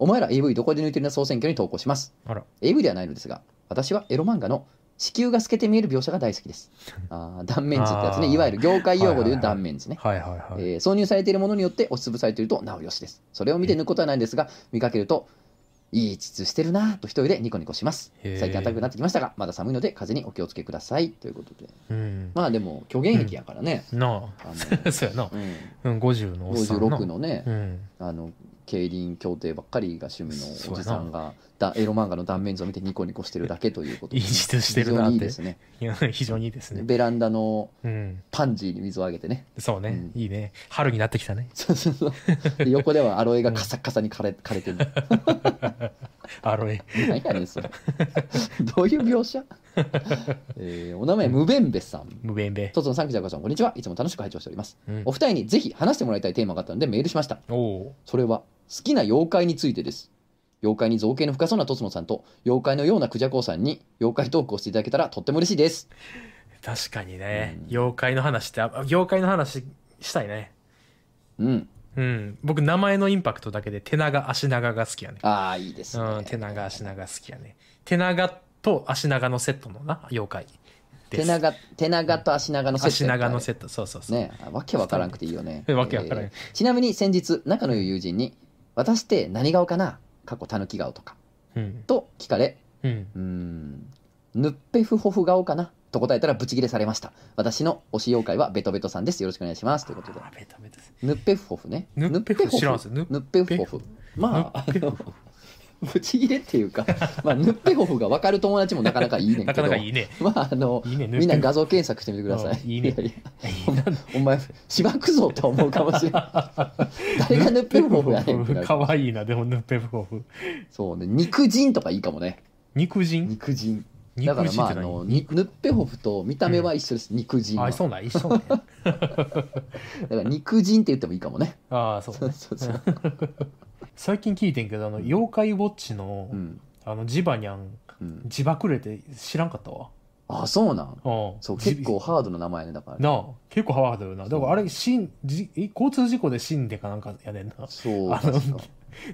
Speaker 2: お前ら AV どこで抜いてるな総選挙に投稿します
Speaker 1: あら
Speaker 2: AV ではないのですが私はエロ漫画の子宮が透けて見える描写が大好き ですあー断面図ってやつね
Speaker 1: あー
Speaker 2: いわゆる業界用語で
Speaker 1: はいはい
Speaker 2: い
Speaker 1: は
Speaker 2: う
Speaker 1: い
Speaker 2: 断面図ね、
Speaker 1: はいはいはい
Speaker 2: えー挿入されているものによって押しつぶされているとなおよしですそれを見て抜くことはないんですが見かけるといい膣してるなぁと一人でニコニコします
Speaker 1: へー
Speaker 2: 最近暖かくなってきましたがまだ寒いので風邪にお気をつけくださいということで
Speaker 1: うん
Speaker 2: まあでも虚言癖やからね、
Speaker 1: な
Speaker 2: あ
Speaker 1: あ そうやな
Speaker 2: の、
Speaker 1: うん50の
Speaker 2: う
Speaker 1: お
Speaker 2: ん、
Speaker 1: っさん
Speaker 2: 56のね
Speaker 1: う、ん
Speaker 2: あの競輪競艇ばっかりが趣味のおじさんがだエロ漫画の断面図を見てニコニコしてるだけということ
Speaker 1: いい実してるな
Speaker 2: 非常
Speaker 1: っ
Speaker 2: にいいで
Speaker 1: て
Speaker 2: すね
Speaker 1: いや非常にいいですね
Speaker 2: ベランダの
Speaker 1: うん
Speaker 2: パンジーに水をあげてね
Speaker 1: そうね
Speaker 2: うん
Speaker 1: いいね春になってきたね
Speaker 2: そうそうそうで横ではアロエがカサカサに枯れ枯れてる
Speaker 1: アロエ
Speaker 2: 何やねんそれどういう 描写、えーお名前ムベンベさん
Speaker 1: 無弁べ
Speaker 2: とつのさんくじゃこさんこんにちはいつも楽しく拝聴しております
Speaker 1: うん
Speaker 2: お二人にぜひ話してもらいたいテーマがあったのでメールしました
Speaker 1: おお
Speaker 2: それは好きな妖怪についてです妖怪に造形の深そうなとつのさんと妖怪のようなクジャコウさんに妖怪トークをしていただけたらとっても嬉しいです
Speaker 1: 確かにね
Speaker 2: うん
Speaker 1: 妖怪の話ってあ妖怪の話したいね
Speaker 2: うん
Speaker 1: うん僕名前のインパクトだけで手長足長が好きやね
Speaker 2: ああいいですね、
Speaker 1: うん手長足長好きやね手長と足長のセットのな妖怪です
Speaker 2: 手長手長と足長のセット
Speaker 1: 足長のセ
Speaker 2: ッ
Speaker 1: ットそうそうそう
Speaker 2: ねあわけわからんくていいよね
Speaker 1: わけわからん
Speaker 2: えーちなみに先日仲のいい友人に「私って何顔かな?」過去たぬき顔とか
Speaker 1: うん
Speaker 2: と聞かれ
Speaker 1: うん
Speaker 2: うーんヌッペフホフ顔かなと答えたらブチギレされました私の推し妖怪はベトベトさんですよろしくお願いしますということで
Speaker 1: ベタベタです
Speaker 2: ヌッペフホフね
Speaker 1: ヌッペフ知らんすよ
Speaker 2: ヌ
Speaker 1: ヌ
Speaker 2: ッ
Speaker 1: ッ
Speaker 2: ペ
Speaker 1: ペ
Speaker 2: フ
Speaker 1: フホ
Speaker 2: ホフ
Speaker 1: フ
Speaker 2: まああのブチギレっ ていうか、まあ、ヌッペフホフが分かる友達もなかなかいいねんけど
Speaker 1: なかなかいいね
Speaker 2: まああの
Speaker 1: いいねヌッペフ
Speaker 2: みんな画像検索してみてください
Speaker 1: うんいいね
Speaker 2: ややお前芝くぞと思うかもしれない誰がヌッペフホフやねんってなる
Speaker 1: かわいいなでもヌッペフホフ
Speaker 2: そうね肉人とかいいかもね
Speaker 1: 肉人
Speaker 2: 肉人だか
Speaker 1: 肉
Speaker 2: ら
Speaker 1: 人
Speaker 2: ま
Speaker 1: っ
Speaker 2: ああ
Speaker 1: て
Speaker 2: の
Speaker 1: 何
Speaker 2: にヌッペホフと見た目は一緒です、肉人
Speaker 1: あ
Speaker 2: は
Speaker 1: 一緒ない一緒ね
Speaker 2: だから肉人って言ってもいいかもね
Speaker 1: ああそう
Speaker 2: そう
Speaker 1: ね
Speaker 2: そうそう
Speaker 1: 最近聞いてんけどあの、妖怪ウォッチの,、
Speaker 2: うん
Speaker 1: あのジバニャン
Speaker 2: うん、
Speaker 1: ジバくれて知らんかったわ
Speaker 2: あそうな
Speaker 1: う
Speaker 2: ん
Speaker 1: ん
Speaker 2: そう
Speaker 1: ジ
Speaker 2: 結構ハードな名前ねだから
Speaker 1: なあ結構ハワードよな
Speaker 2: そう
Speaker 1: だからあれ死んじえ交通事故で死んでかなんかやねんな
Speaker 2: そう
Speaker 1: あの
Speaker 2: 確か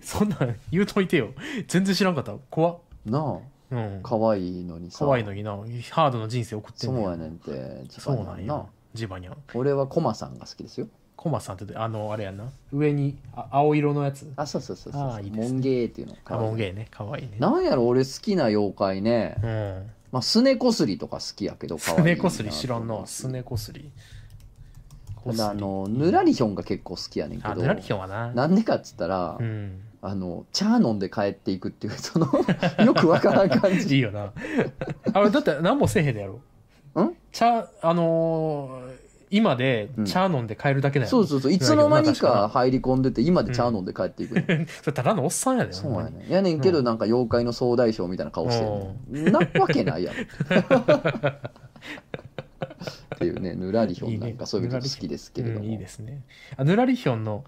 Speaker 1: そんなん言うといてよ全然知らんかった怖っ
Speaker 2: な
Speaker 1: うん
Speaker 2: あ可愛いのにさ
Speaker 1: 可愛いのになハードな人生送ってん
Speaker 2: そう
Speaker 1: ねん
Speaker 2: やねんてジ
Speaker 1: そう
Speaker 2: バニ
Speaker 1: な
Speaker 2: ャ
Speaker 1: ん
Speaker 2: ン
Speaker 1: や
Speaker 2: な
Speaker 1: ジバニャン
Speaker 2: 俺はコマさんが好きですよ
Speaker 1: コマさんってあのあれやな上にあ青色のやつ
Speaker 2: あそうそうそうそう
Speaker 1: あーいいですね
Speaker 2: モンゲーっていうの
Speaker 1: カモンゲーね可愛いね
Speaker 2: なんやろ俺好きな妖怪ね、
Speaker 1: うん
Speaker 2: まあ、スネコスリとか好きやけど可
Speaker 1: ス
Speaker 2: 愛い
Speaker 1: ネこすり知らん
Speaker 2: と思
Speaker 1: な
Speaker 2: うし
Speaker 1: スネこすり
Speaker 2: ただあのぬらりひょんが結構好きやねんけ
Speaker 1: あ
Speaker 2: ど
Speaker 1: ぬらりひょんはな
Speaker 2: なんでかっつったら、
Speaker 1: うん
Speaker 2: あのチャー飲んで帰っていくっていうそのよくわからん 感
Speaker 1: いい
Speaker 2: じ
Speaker 1: よなあれだって何もせえへんのやろ
Speaker 2: ん
Speaker 1: 茶あのー今で
Speaker 2: うん
Speaker 1: 茶飲んで帰るだけだよ、
Speaker 2: そうそうそういつの間に
Speaker 1: 確か
Speaker 2: か入り込んでて今でチャー飲んで帰っていくねん、
Speaker 1: それただのおっさんやで
Speaker 2: そう
Speaker 1: ほんま
Speaker 2: や
Speaker 1: に
Speaker 2: ねんやねんけどなんか妖怪の総大将みたいな顔してるねんなわけない やろっていうねぬらりひょんなんかそういうの好きですけれども
Speaker 1: うんいいですねあぬらりひょんの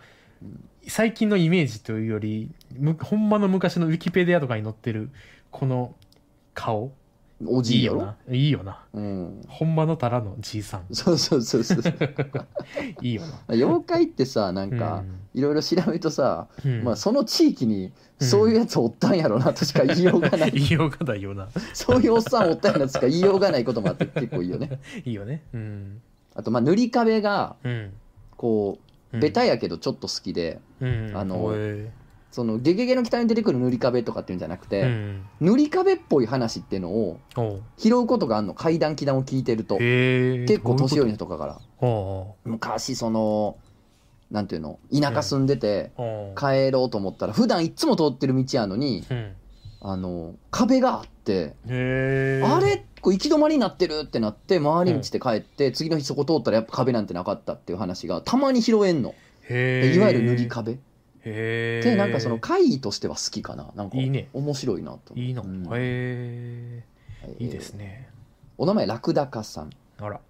Speaker 1: 最近のイメージというよりむほんまの昔のウィキペディアとかに載ってるこの顔
Speaker 2: おじいや
Speaker 1: よ
Speaker 2: ろ
Speaker 1: ないいよな
Speaker 2: うん
Speaker 1: ほんまのたらのじいさん
Speaker 2: そうそうそう そう
Speaker 1: いいよな
Speaker 2: 妖怪ってさなんかいろいろ調べるとさ、
Speaker 1: うんうん
Speaker 2: まあ、その地域にそういうやつおったんやろなとしか言いようがない、
Speaker 1: 言いようがないよな
Speaker 2: そういうおっさんおったんやなとしか言いようがないこと もあって結構いいよね
Speaker 1: いいよねうん
Speaker 2: あとまあ塗り壁が
Speaker 1: うん
Speaker 2: こ
Speaker 1: う
Speaker 2: うんベタやけどちょっと好きで、
Speaker 1: うん
Speaker 2: あの
Speaker 1: おい
Speaker 2: その「ゲゲゲの鬼太郎」に出てくる塗り壁とかっていうんじゃなくて、
Speaker 1: うん
Speaker 2: 塗り壁っぽい話っていうのを
Speaker 1: おう
Speaker 2: 拾うことがあるの階段祈談を聞いてると
Speaker 1: へえ
Speaker 2: 結構年寄りの
Speaker 1: 人
Speaker 2: 人とかから
Speaker 1: お
Speaker 2: 昔そのなんていうの田舎住んでて、
Speaker 1: うおうおう
Speaker 2: 帰ろうと思ったら普段いっつも通ってる道やのに
Speaker 1: うんへ
Speaker 2: あの壁があって、
Speaker 1: え
Speaker 2: あれこう行き止まりになってるってなって回り道で帰って、次の日そこ通ったらやっぱ壁なんてなかったっていう話がたまに拾えんの、
Speaker 1: へえ
Speaker 2: いわゆる塗り壁で、
Speaker 1: へえ
Speaker 2: なんかその会議としては好きかななんか
Speaker 1: いいね
Speaker 2: 面白いなと
Speaker 1: いいの
Speaker 2: うん
Speaker 1: へえ
Speaker 2: はい
Speaker 1: いいですね
Speaker 2: えーお名前ラクダカさん
Speaker 1: あら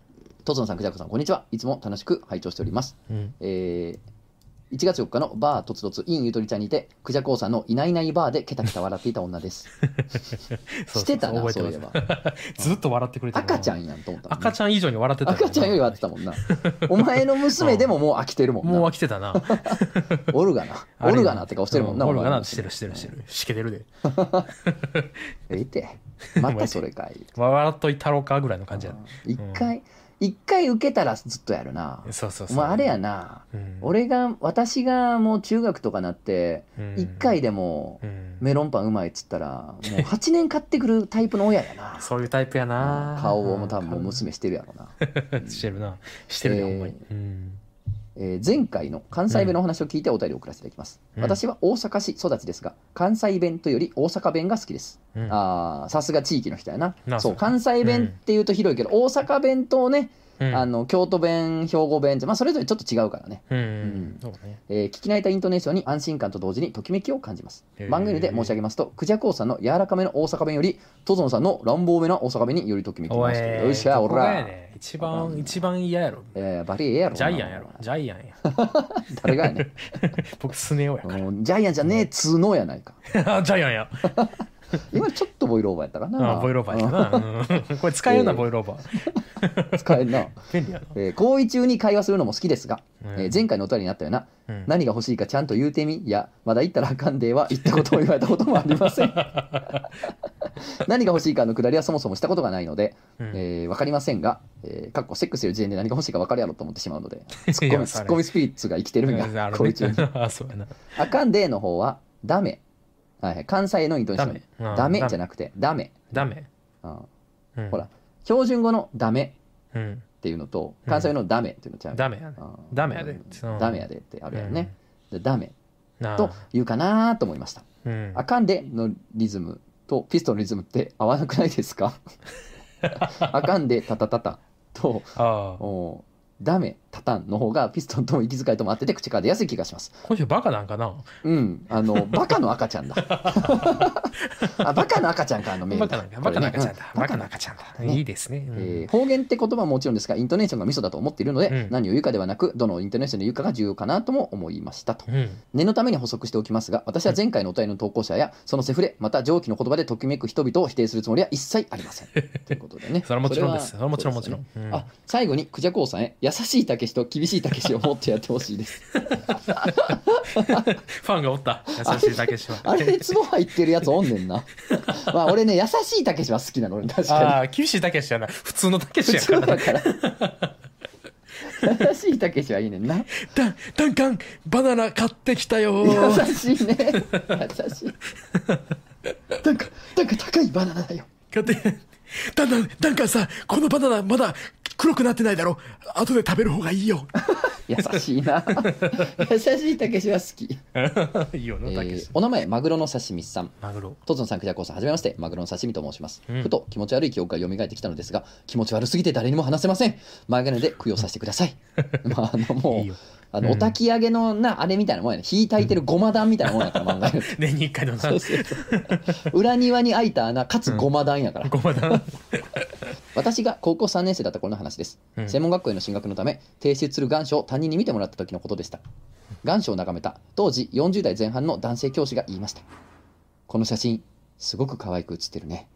Speaker 2: とつのさんくじゃこさんこんにちはいつも楽しく拝聴しております
Speaker 1: うん
Speaker 2: えー1月4日のバーとつとつ in ゆとりちゃんにてクジャコウさんのいないいないバーでケタケタ笑っていた 女ですしてたな
Speaker 1: 覚えて
Speaker 2: そう
Speaker 1: ま
Speaker 2: いえ
Speaker 1: す
Speaker 2: ば
Speaker 1: ずっと笑ってくれて
Speaker 2: 赤ちゃ
Speaker 1: ん
Speaker 2: んやんと思ったもん な
Speaker 1: 赤ちゃん以上に笑ってた
Speaker 2: 赤ちゃんよりはってたもんな。お前の娘でももう飽きてるもんな。
Speaker 1: もう飽きてたな
Speaker 2: オルガナ。オルガナって顔してるもんな。
Speaker 1: う
Speaker 2: お
Speaker 1: オル
Speaker 2: 前
Speaker 1: ガ
Speaker 2: の
Speaker 1: ナってして
Speaker 2: 娘
Speaker 1: るしてるして。るしけてるで
Speaker 2: ええて。またそれかい。
Speaker 1: 笑っといたろうかぐらいの感じやな
Speaker 2: 一回、一回受けたらずっとやるな。
Speaker 1: そうそう
Speaker 2: お
Speaker 1: そう
Speaker 2: 前あれやな。
Speaker 1: うん
Speaker 2: 俺が、私がもう中学とかなって、
Speaker 1: うん
Speaker 2: 一回でも
Speaker 1: うん
Speaker 2: メロンパンうまいっつったら、もう8年買ってくるタイプの親や な。
Speaker 1: そういうタイプやな
Speaker 2: 顔をもう多分もう娘してるやろな。
Speaker 1: してるなしてるね
Speaker 2: えー
Speaker 1: ほんまにうん
Speaker 2: えー前回の関西弁のお話を聞いてお便りを送らせていただきます、
Speaker 1: うん
Speaker 2: 私は大阪市育ちですが関西弁というより大阪弁が好きです、
Speaker 1: うん
Speaker 2: あーさすが地域の人やな
Speaker 1: なそ
Speaker 2: そ
Speaker 1: うう
Speaker 2: 関西弁っていうと広いけど、大阪弁とね、
Speaker 1: うん
Speaker 2: あの京都弁兵庫弁って、まあ、それぞれちょっと違うからね、
Speaker 1: うん
Speaker 2: うん
Speaker 1: そうね
Speaker 2: えー聞き慣れたイントネーションに安心感と同時にときめきを感じます
Speaker 1: へー
Speaker 2: 番組で申し上げますとクジャコウさんの柔らかめの大阪弁よりトゾンさんの乱暴めな大阪弁によりときめき
Speaker 1: お
Speaker 2: ま
Speaker 1: い
Speaker 2: すよっしゃ
Speaker 1: ど
Speaker 2: お
Speaker 1: こがや
Speaker 2: ら、
Speaker 1: ねん一
Speaker 2: ほら
Speaker 1: 番一番嫌やろ
Speaker 2: えーバリエやろな
Speaker 1: ジャイアンやろジャイアンや
Speaker 2: 誰がやねん
Speaker 1: 僕スネ夫やか
Speaker 2: うんジャイアン じゃねえっつーのやないか。
Speaker 1: ら ジャイアンや
Speaker 2: 今ちょっとボイルオーバーやったかな。
Speaker 1: あボイローバーやなうんこれ使えるなボイローバー
Speaker 2: うん使えんな。
Speaker 1: 便利やな
Speaker 2: えー行為中に会話するのも好きですが、
Speaker 1: うん
Speaker 2: えー前回のお便りにあったような、
Speaker 1: うん
Speaker 2: 何が欲しいかちゃんと言うてみいやまだ言ったらあかんでは言ったことを言われたこともありませ ん何が欲しいかのくだりはそもそもしたことがないので、
Speaker 1: うん
Speaker 2: えー、分かりませんが、えー、かっこセックスする時点で何が欲しいか分かるやろと思ってしまうのでツッ
Speaker 1: い
Speaker 2: コミ
Speaker 1: や
Speaker 2: ツ
Speaker 1: それ
Speaker 2: ッコミスピリッツが生きてるんや
Speaker 1: うんあるね
Speaker 2: 行為中に
Speaker 1: あそうやな
Speaker 2: あかんでの方はダメ、はいはい、関西のイントネー
Speaker 1: ダ
Speaker 2: ショ
Speaker 1: メ
Speaker 2: ン
Speaker 1: うん
Speaker 2: ダメじゃなくてダメ
Speaker 1: ダメ
Speaker 2: うん
Speaker 1: うん
Speaker 2: ほら標準語のダメ
Speaker 1: うん
Speaker 2: っていうのと
Speaker 1: うん
Speaker 2: 関西のダメっていうのちゃう、
Speaker 1: ダメやね
Speaker 2: あー
Speaker 1: ダメやで
Speaker 2: うんダメやでってあるやんね、でダメ
Speaker 1: なあ
Speaker 2: と言うかなと思いました
Speaker 1: うん
Speaker 2: あかんでのリズムとピストンのリズムって合わなくないで すかあかんでタタタタと
Speaker 1: ああ
Speaker 2: おーダメパターンの方がピストンとも息遣いとも合ってて口から出やすい気がします
Speaker 1: 今週バカなんかな
Speaker 2: うんあのバカの 赤ちゃんだあバカの赤ちゃんからあのメー
Speaker 1: バ
Speaker 2: ル
Speaker 1: カ
Speaker 2: だ
Speaker 1: なんか、バカなんかちゃんだ。
Speaker 2: これねうん
Speaker 1: バカなんかちゃんだ。
Speaker 2: ね
Speaker 1: いいですね。うん
Speaker 2: えー方言って言葉はもちろんですがイントネーションがミソだと思っているので、
Speaker 1: うん
Speaker 2: 何を言うかではなくどのイントネーションで言うかが重要かなとも思いましたと
Speaker 1: うん。
Speaker 2: 念のために補足しておきますが私は前回のお便りの投稿者やそのセフレまた上記の言葉でときめく人々を否定するつもりは一切ありませんということでね
Speaker 1: それはもちろんです。そ
Speaker 2: そ
Speaker 1: れはもちろんもちろ
Speaker 2: そ
Speaker 1: う
Speaker 2: うんで。す
Speaker 1: ん
Speaker 2: ねあ最後にクジャコウさんへ優しいたけしと厳しいたけしを持ってやってほしいです
Speaker 1: ファンがおった。優しいたけしは。
Speaker 2: あれツボ入ってるやつおんね んなまあ俺ね優しいたけしは好きなの俺確か
Speaker 1: ああ、厳しいたけしやな。普通のたけ
Speaker 2: に
Speaker 1: しやからな
Speaker 2: だから優しいたけしはいいねんな
Speaker 1: ダン、ダンカン、バナナ買ってきたよー。
Speaker 2: 優しいね優しい なんかなんか高いバナナだよ
Speaker 1: 買って、ダンダン、ダンカンさ、このバナナまだ黒くなってないだろ。後で食べる方がいいよ。
Speaker 2: 優しいな 優しいたけしは好き、
Speaker 1: いいよ
Speaker 2: え
Speaker 1: な、たけ
Speaker 2: ー
Speaker 1: し。
Speaker 2: お名前マグロの刺身さん
Speaker 1: マグロ。
Speaker 2: とつのさんくじゃこうさんはじめましてマグロの刺身と申します、
Speaker 1: うん
Speaker 2: ふと気持ち悪い記憶が蘇ってきたのですが気持ち悪すぎて誰にも話せません前金で供養させてくだ さいまああのもう
Speaker 1: いいよ
Speaker 2: あの、
Speaker 1: うん
Speaker 2: お焚き上げのなあれみたいなもんやね火炊いてるごま団みたいなもんやから漫画 や
Speaker 1: 年に一回のな
Speaker 2: そう、そうそう裏庭に開いた穴かつごま団やから、
Speaker 1: ごまだ。
Speaker 2: 私が高校3年生だった頃の話です、
Speaker 1: うん
Speaker 2: 専門学校への進学のため提出する願書を他人に見てもらった時のことでした願書を眺めた当時40代前半の男性教師が言いましたこの写真すごく可愛く写ってるね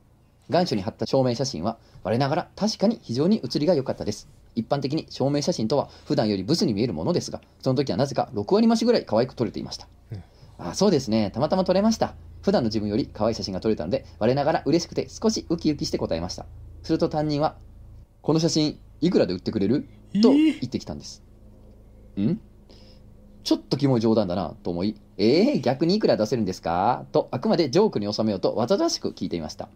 Speaker 2: 願書に貼った証明写真は我ながら確かに非常に写りが良かったです一般的に証明写真とは普段よりブスに見えるものですがその時はなぜか6割増しぐらい可愛く撮れていました、
Speaker 1: うん
Speaker 2: あそうですねたまたま撮れました普段の自分より可愛い写真が撮れたので我ながら嬉しくて少しウキウキして答えましたすると担任は「この写真いくらで売ってくれる?」と言ってきたんです。んちょっとキモい冗談だなと思い、えー、逆にいくら出せるんですかと、あくまでジョークに収めようとわざとらしく聞いていました。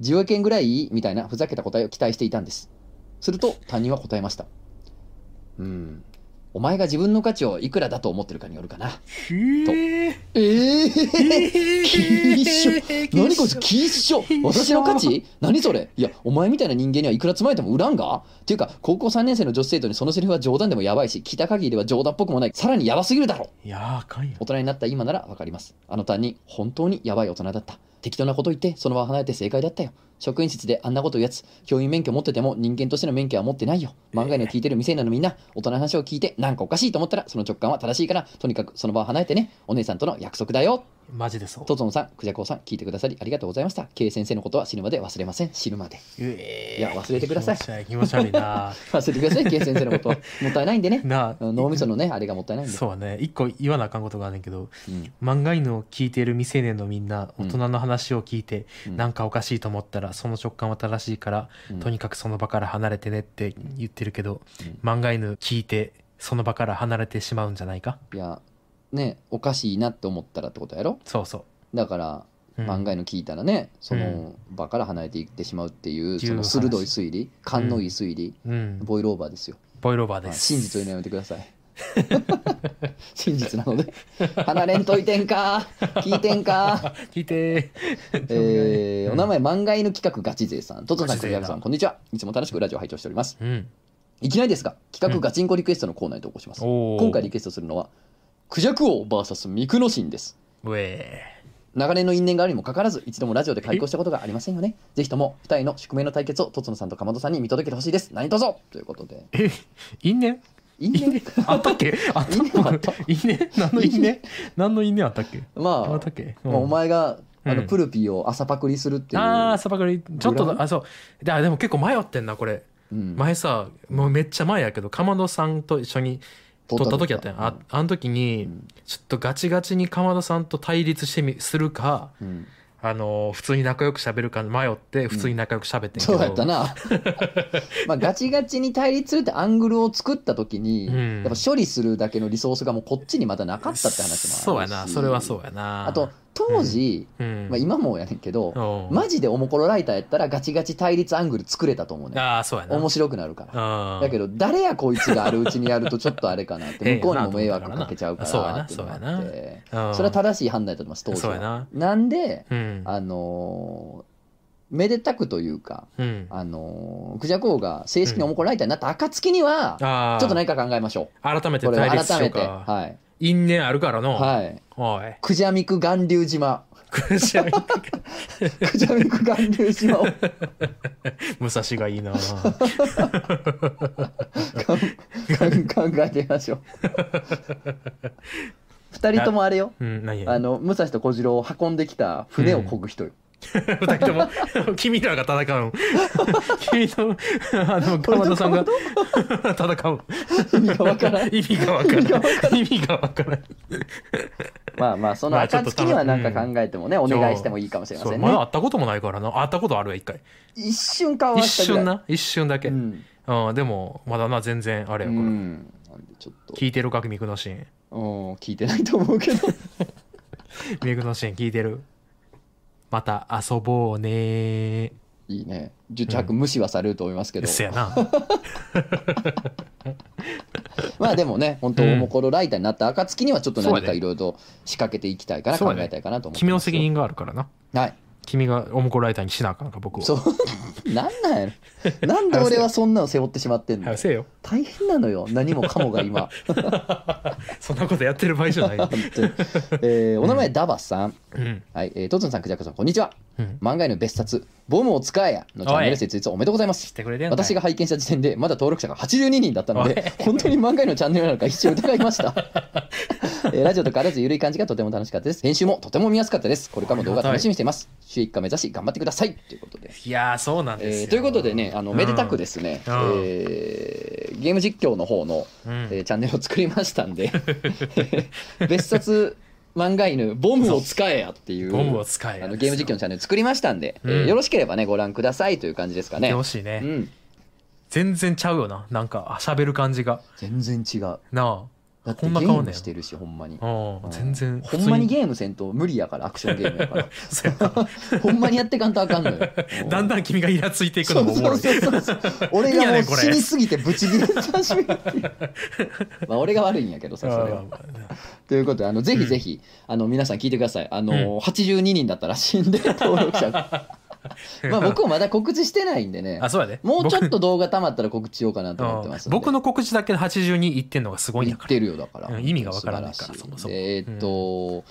Speaker 2: 10億円ぐらいみたいなふざけた答えを期待していたんです。すると担任は答えました。うーん、お前が自分の価値をいくらだと思ってるかによるかな。
Speaker 1: ひー。
Speaker 2: え ー、
Speaker 1: き
Speaker 2: 何こいつ、キー書
Speaker 1: 金賞
Speaker 2: 私の価値何それいや、お前みたいな人間にはいくらつまえても売らんがっていうか、高校3年生の女子生徒にそのセリフは冗談でもやばいし、聞いた限りでは冗談っぽくもない。さらにやばすぎるだろ
Speaker 1: いやー、あかんや
Speaker 2: 大人になった今ならわかります。あの担任、本当にやばい大人だった。適当なこと言って、その場を離れて正解だったよ。職員室であんなこと言うやつ、教員免許持ってても人間としての免許は持ってないよ。漫画の聞いてる店なのみんな、大人の話を聞いて、なんかおかしいと思ったら、その直感は正しいから、とにかくその場を離れてね。お姉さんとの約束だよ。
Speaker 1: マジでそう。
Speaker 2: トトンさん、クジャコウさん、聞いてくださりありがとうございました。K 先生のことは死ぬまで忘れません。死ぬまで。
Speaker 1: い
Speaker 2: いや忘れてください
Speaker 1: い。気持ち悪い な。
Speaker 2: 忘れて ください、K 先生のことは。もったいないんでね。
Speaker 1: なあ
Speaker 2: あの脳みそのね、あれがもったいないんで。
Speaker 1: そうね一個言わなあかんことがあんねんけど
Speaker 2: うん
Speaker 1: 漫画犬を聞いている未成年のみんな
Speaker 2: う
Speaker 1: 大
Speaker 2: ん
Speaker 1: 人の話を聞いて、
Speaker 2: うん
Speaker 1: なんかおかしいと思ったらその直感は正しいから、
Speaker 2: うん
Speaker 1: とにかくその場から離れてねって言ってるけど、
Speaker 2: うん
Speaker 1: 漫画犬聞いてその場から離れてしまうんじゃないか
Speaker 2: いや、ね、おかしいなって思ったらってことやろ
Speaker 1: そうそ
Speaker 2: だから、
Speaker 1: う、うん
Speaker 2: 漫画の聞いたらね、その場から離れていってしまうっていう、
Speaker 1: ていう
Speaker 2: その
Speaker 1: 話
Speaker 2: 鋭い推理、勘のいい推理、
Speaker 1: うん
Speaker 2: ボイルオーバーですよ。
Speaker 1: ボイルオーバーで
Speaker 2: はい
Speaker 1: す
Speaker 2: 真実を言うのやめてくださ い。 真実なので、離れんといてんか、聞いてんか。
Speaker 1: 聞いて
Speaker 2: えー
Speaker 1: うん
Speaker 2: お名前、漫画犬企画ガチ勢さん、トトさん、
Speaker 1: ガチ
Speaker 2: ク
Speaker 1: 勢
Speaker 2: リ
Speaker 1: だ
Speaker 2: アさん、こんにちは。いつも楽しくラジオを拝聴しております。
Speaker 1: うん
Speaker 2: いきなりですが、企画ガチンコリクエストのコーナーに投稿します。
Speaker 1: おお
Speaker 2: 今回リクエストするのは、クジャク王 VS ミクノシンです。
Speaker 1: ウェ
Speaker 2: 長年の因縁があるにもかかわらず、一度もラジオで開講したことがありませんよね。ぜひとも、二人の宿命の対決を、とつのさんとかまどさんに見届けてほしいです。何卒ということで、
Speaker 1: え因縁
Speaker 2: 因
Speaker 1: 因
Speaker 2: 縁
Speaker 1: 縁あったっけあった
Speaker 2: 因縁あった
Speaker 1: 因縁何の因縁何の因縁あったっけ
Speaker 2: ま
Speaker 1: あ
Speaker 2: あ
Speaker 1: ったっ、け、
Speaker 2: まあお前が、あ
Speaker 1: う
Speaker 2: の
Speaker 1: ん
Speaker 2: プルピを朝パクリするっていう、
Speaker 1: ああーサバカリちょっ
Speaker 2: 裏
Speaker 1: とあそうだでも結構迷ってんなこれ
Speaker 2: うん
Speaker 1: 前さもうめっちゃ前やけどかまどさんと一緒に撮った時やったやんああの時に
Speaker 2: うん
Speaker 1: ちょっとガチガチにかまどさんと対立してみするか
Speaker 2: うん
Speaker 1: あのー普通に仲良く喋るか迷って普通に仲良く喋ってんけ
Speaker 2: そ
Speaker 1: ど、
Speaker 2: うやっ たなまあガチガチに対立するってアングルを作った時に、
Speaker 1: うん
Speaker 2: やっぱ処理するだけのリソースがもうこっちにまだなかったって話もあるし
Speaker 1: そうやなそれはそうやな
Speaker 2: あと当時、
Speaker 1: うん、
Speaker 2: まあ、今もやねんけど、
Speaker 1: おう
Speaker 2: マジでおもころライターやったらガチガチ対立アングル作れたと思うね
Speaker 1: ああそうやな
Speaker 2: 面白くなるから
Speaker 1: あ
Speaker 2: だけど誰やこいつがあるうちにやるとちょっとあれかなっ
Speaker 1: ええ
Speaker 2: て向こうにも迷惑かけちゃうから
Speaker 1: な
Speaker 2: っていうのがあって
Speaker 1: そうやなど
Speaker 2: それは正しい判断だと思います当時
Speaker 1: そうや
Speaker 2: は
Speaker 1: な
Speaker 2: なんで
Speaker 1: うん
Speaker 2: あのめでたくというか、
Speaker 1: うん。
Speaker 2: あのー、クジャコウが正式におもこライターになった暁には、ちょ
Speaker 1: ああ、
Speaker 2: っと何か考えましょ
Speaker 1: 改め
Speaker 2: う。
Speaker 1: て
Speaker 2: これを
Speaker 1: 対
Speaker 2: 改
Speaker 1: 立しよ
Speaker 2: め
Speaker 1: う
Speaker 2: て。
Speaker 1: か。
Speaker 2: はい。
Speaker 1: 因縁あるからの。
Speaker 2: はい。
Speaker 1: おい。
Speaker 2: クジャミク巌流島。
Speaker 1: クジャミ
Speaker 2: クジャミク巌流島を
Speaker 1: 武蔵がいいな。
Speaker 2: 考えてみましょう。二人ともあれよ。
Speaker 1: うん、何や
Speaker 2: あ。の、武蔵と小次郎を運んできた船をこぐ人よ。
Speaker 1: 二人とも、君らが戦うん。 君と、 あの、鎌田さんが 戦う。
Speaker 2: 意味がわからん。
Speaker 1: 意味がわからない。意味がわからない。
Speaker 2: まあまあ、その
Speaker 1: まあちょっと
Speaker 2: 暁には何か考えてもね、お
Speaker 1: ん
Speaker 2: 願いしてもいいかもしれま
Speaker 1: そ
Speaker 2: せ
Speaker 1: う、
Speaker 2: ん
Speaker 1: まだ
Speaker 2: ね。
Speaker 1: 会ったこともないからな。会ったことあるわ、一回。
Speaker 2: 一瞬顔は
Speaker 1: 一
Speaker 2: したぐら
Speaker 1: 瞬
Speaker 2: い。
Speaker 1: な。一瞬だけ。
Speaker 2: う
Speaker 1: うん、
Speaker 2: ん。
Speaker 1: でも、まだな、全然、あれ
Speaker 2: う
Speaker 1: やから。
Speaker 2: ん。なんでちょっと、
Speaker 1: 聞いてるか、ミクのシーン。
Speaker 2: うん、聞いてないと思うけど。
Speaker 1: ミクのシーン聞いてる。また遊ぼうね
Speaker 2: いいね。十着無視はされると思いますけ
Speaker 1: ー。
Speaker 2: ど。
Speaker 1: せやな。
Speaker 2: まあでもね、本当、
Speaker 1: うん
Speaker 2: おもころライターになった暁にはちょっと何
Speaker 1: そう
Speaker 2: か
Speaker 1: やで
Speaker 2: いろいろ仕掛けていきたいから
Speaker 1: そう
Speaker 2: 考
Speaker 1: やで
Speaker 2: えたいかなと思って
Speaker 1: 君
Speaker 2: ま
Speaker 1: の
Speaker 2: すよ。
Speaker 1: 責任があるからな。
Speaker 2: はい。
Speaker 1: 君がおもこライターにしなあかんから、僕を。
Speaker 2: そう。 なんなんやろなんで俺はそんなの背負ってしまってん
Speaker 1: は
Speaker 2: の
Speaker 1: よせえよ。
Speaker 2: 大変なのよ。何もかも が今。
Speaker 1: そんなことやってる場合じゃない。
Speaker 2: 本当にえーお名前、ダバさん。
Speaker 1: うん。
Speaker 2: はい。えー、トツンさん、クジャクさん、こんにちは。
Speaker 1: うん。
Speaker 2: 漫画への別冊、ボムを使えやのチャンネ
Speaker 1: お
Speaker 2: ル
Speaker 1: い
Speaker 2: 設立おめでとうございま
Speaker 1: 知っ
Speaker 2: す。
Speaker 1: てくれてんのかい
Speaker 2: 私が拝見した時点でまだ登録者が82人だったので本当に漫画へのチャンネルなのか一瞬疑いました えーラジオと変わらず緩い感じがとても楽しかったです編集もとても見やすかったですこれからも動画楽しみにしています週1回目指し頑張ってくださいということで、
Speaker 1: いやー、そうなん
Speaker 2: え
Speaker 1: です
Speaker 2: ー
Speaker 1: よ。。
Speaker 2: ということでねあのめでたくですすね、
Speaker 1: うん
Speaker 2: えーゲーム実況の方の、
Speaker 1: うん
Speaker 2: えーチャンネルを作りましたんで 別冊漫画犬ボムを使えやっていう
Speaker 1: ボムを使えや。
Speaker 2: あのゲーム実況のチャンネル作りましたんで、えー
Speaker 1: うん
Speaker 2: よろしければねご覧くださいという感じですか
Speaker 1: 見
Speaker 2: ね
Speaker 1: てほ。しいうね。
Speaker 2: ん、
Speaker 1: 全然ちゃうよな。なんか、あ喋る感じが。
Speaker 2: 全然違う。だ
Speaker 1: なあ。
Speaker 2: っ
Speaker 1: こ
Speaker 2: てゲ
Speaker 1: んな顔
Speaker 2: ー
Speaker 1: ね
Speaker 2: ムしてるしほんまに。
Speaker 1: うん。全然。
Speaker 2: ほんまに
Speaker 1: ー
Speaker 2: ゲームせんと無理やからアクションゲームやから。
Speaker 1: ム。
Speaker 2: ほんまにやってかんとあかんのよ。
Speaker 1: だん
Speaker 2: ん
Speaker 1: だん君がイラついていくの
Speaker 2: そう
Speaker 1: もおも
Speaker 2: そ
Speaker 1: ろ
Speaker 2: う
Speaker 1: い。
Speaker 2: そうそう。俺
Speaker 1: いい
Speaker 2: が
Speaker 1: や
Speaker 2: も
Speaker 1: ね
Speaker 2: う
Speaker 1: これ
Speaker 2: 死にすぎてブチギレ始めるっていう。まあ俺が悪いんやけどさそれは。ということであのぜひぜひ、あの皆さん聞いてください。あの、82人だったら死 んで登録者が。まあ僕もまだ告知してないんでね。
Speaker 1: あ、そうやで。
Speaker 2: もうちょっ
Speaker 1: 僕
Speaker 2: と動画たまったら告知しようかなと思ってます
Speaker 1: うん
Speaker 2: んで。
Speaker 1: 僕の告知だけで82いってんのがすごいん
Speaker 2: 言
Speaker 1: だ
Speaker 2: っ
Speaker 1: から。
Speaker 2: てるよだから。
Speaker 1: うん意味がわからないから
Speaker 2: 素晴し
Speaker 1: そもそも
Speaker 2: でえーっと、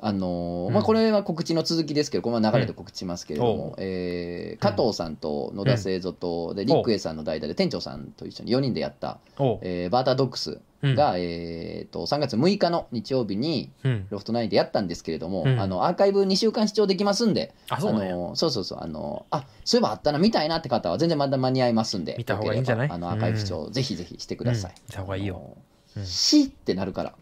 Speaker 2: あのー
Speaker 1: うん
Speaker 2: まあこれは告知の続きですけど、この流れで告知しますけれども、えー加藤さんと野田製造と、でリックエさんの代打で店長さんと一緒に4人でやった、
Speaker 1: おう
Speaker 2: えーバータードックス
Speaker 1: うん
Speaker 2: が、えーっと3月6日の日曜日に
Speaker 1: うん。
Speaker 2: ロフト9でやったんですけれども、
Speaker 1: うん
Speaker 2: あのアーカイブ2週間視聴できますんで、
Speaker 1: あ、
Speaker 2: あ
Speaker 1: そうね。
Speaker 2: のそうそうそうあのあそういえばあったな見たいなって方は全然まだ間に合いますんで
Speaker 1: 見た方がいいんじゃない
Speaker 2: よければあのアーカイブ視聴、ぜひぜひしてください、
Speaker 1: うん見た方がいいよ
Speaker 2: あの
Speaker 1: うん
Speaker 2: ひってなるから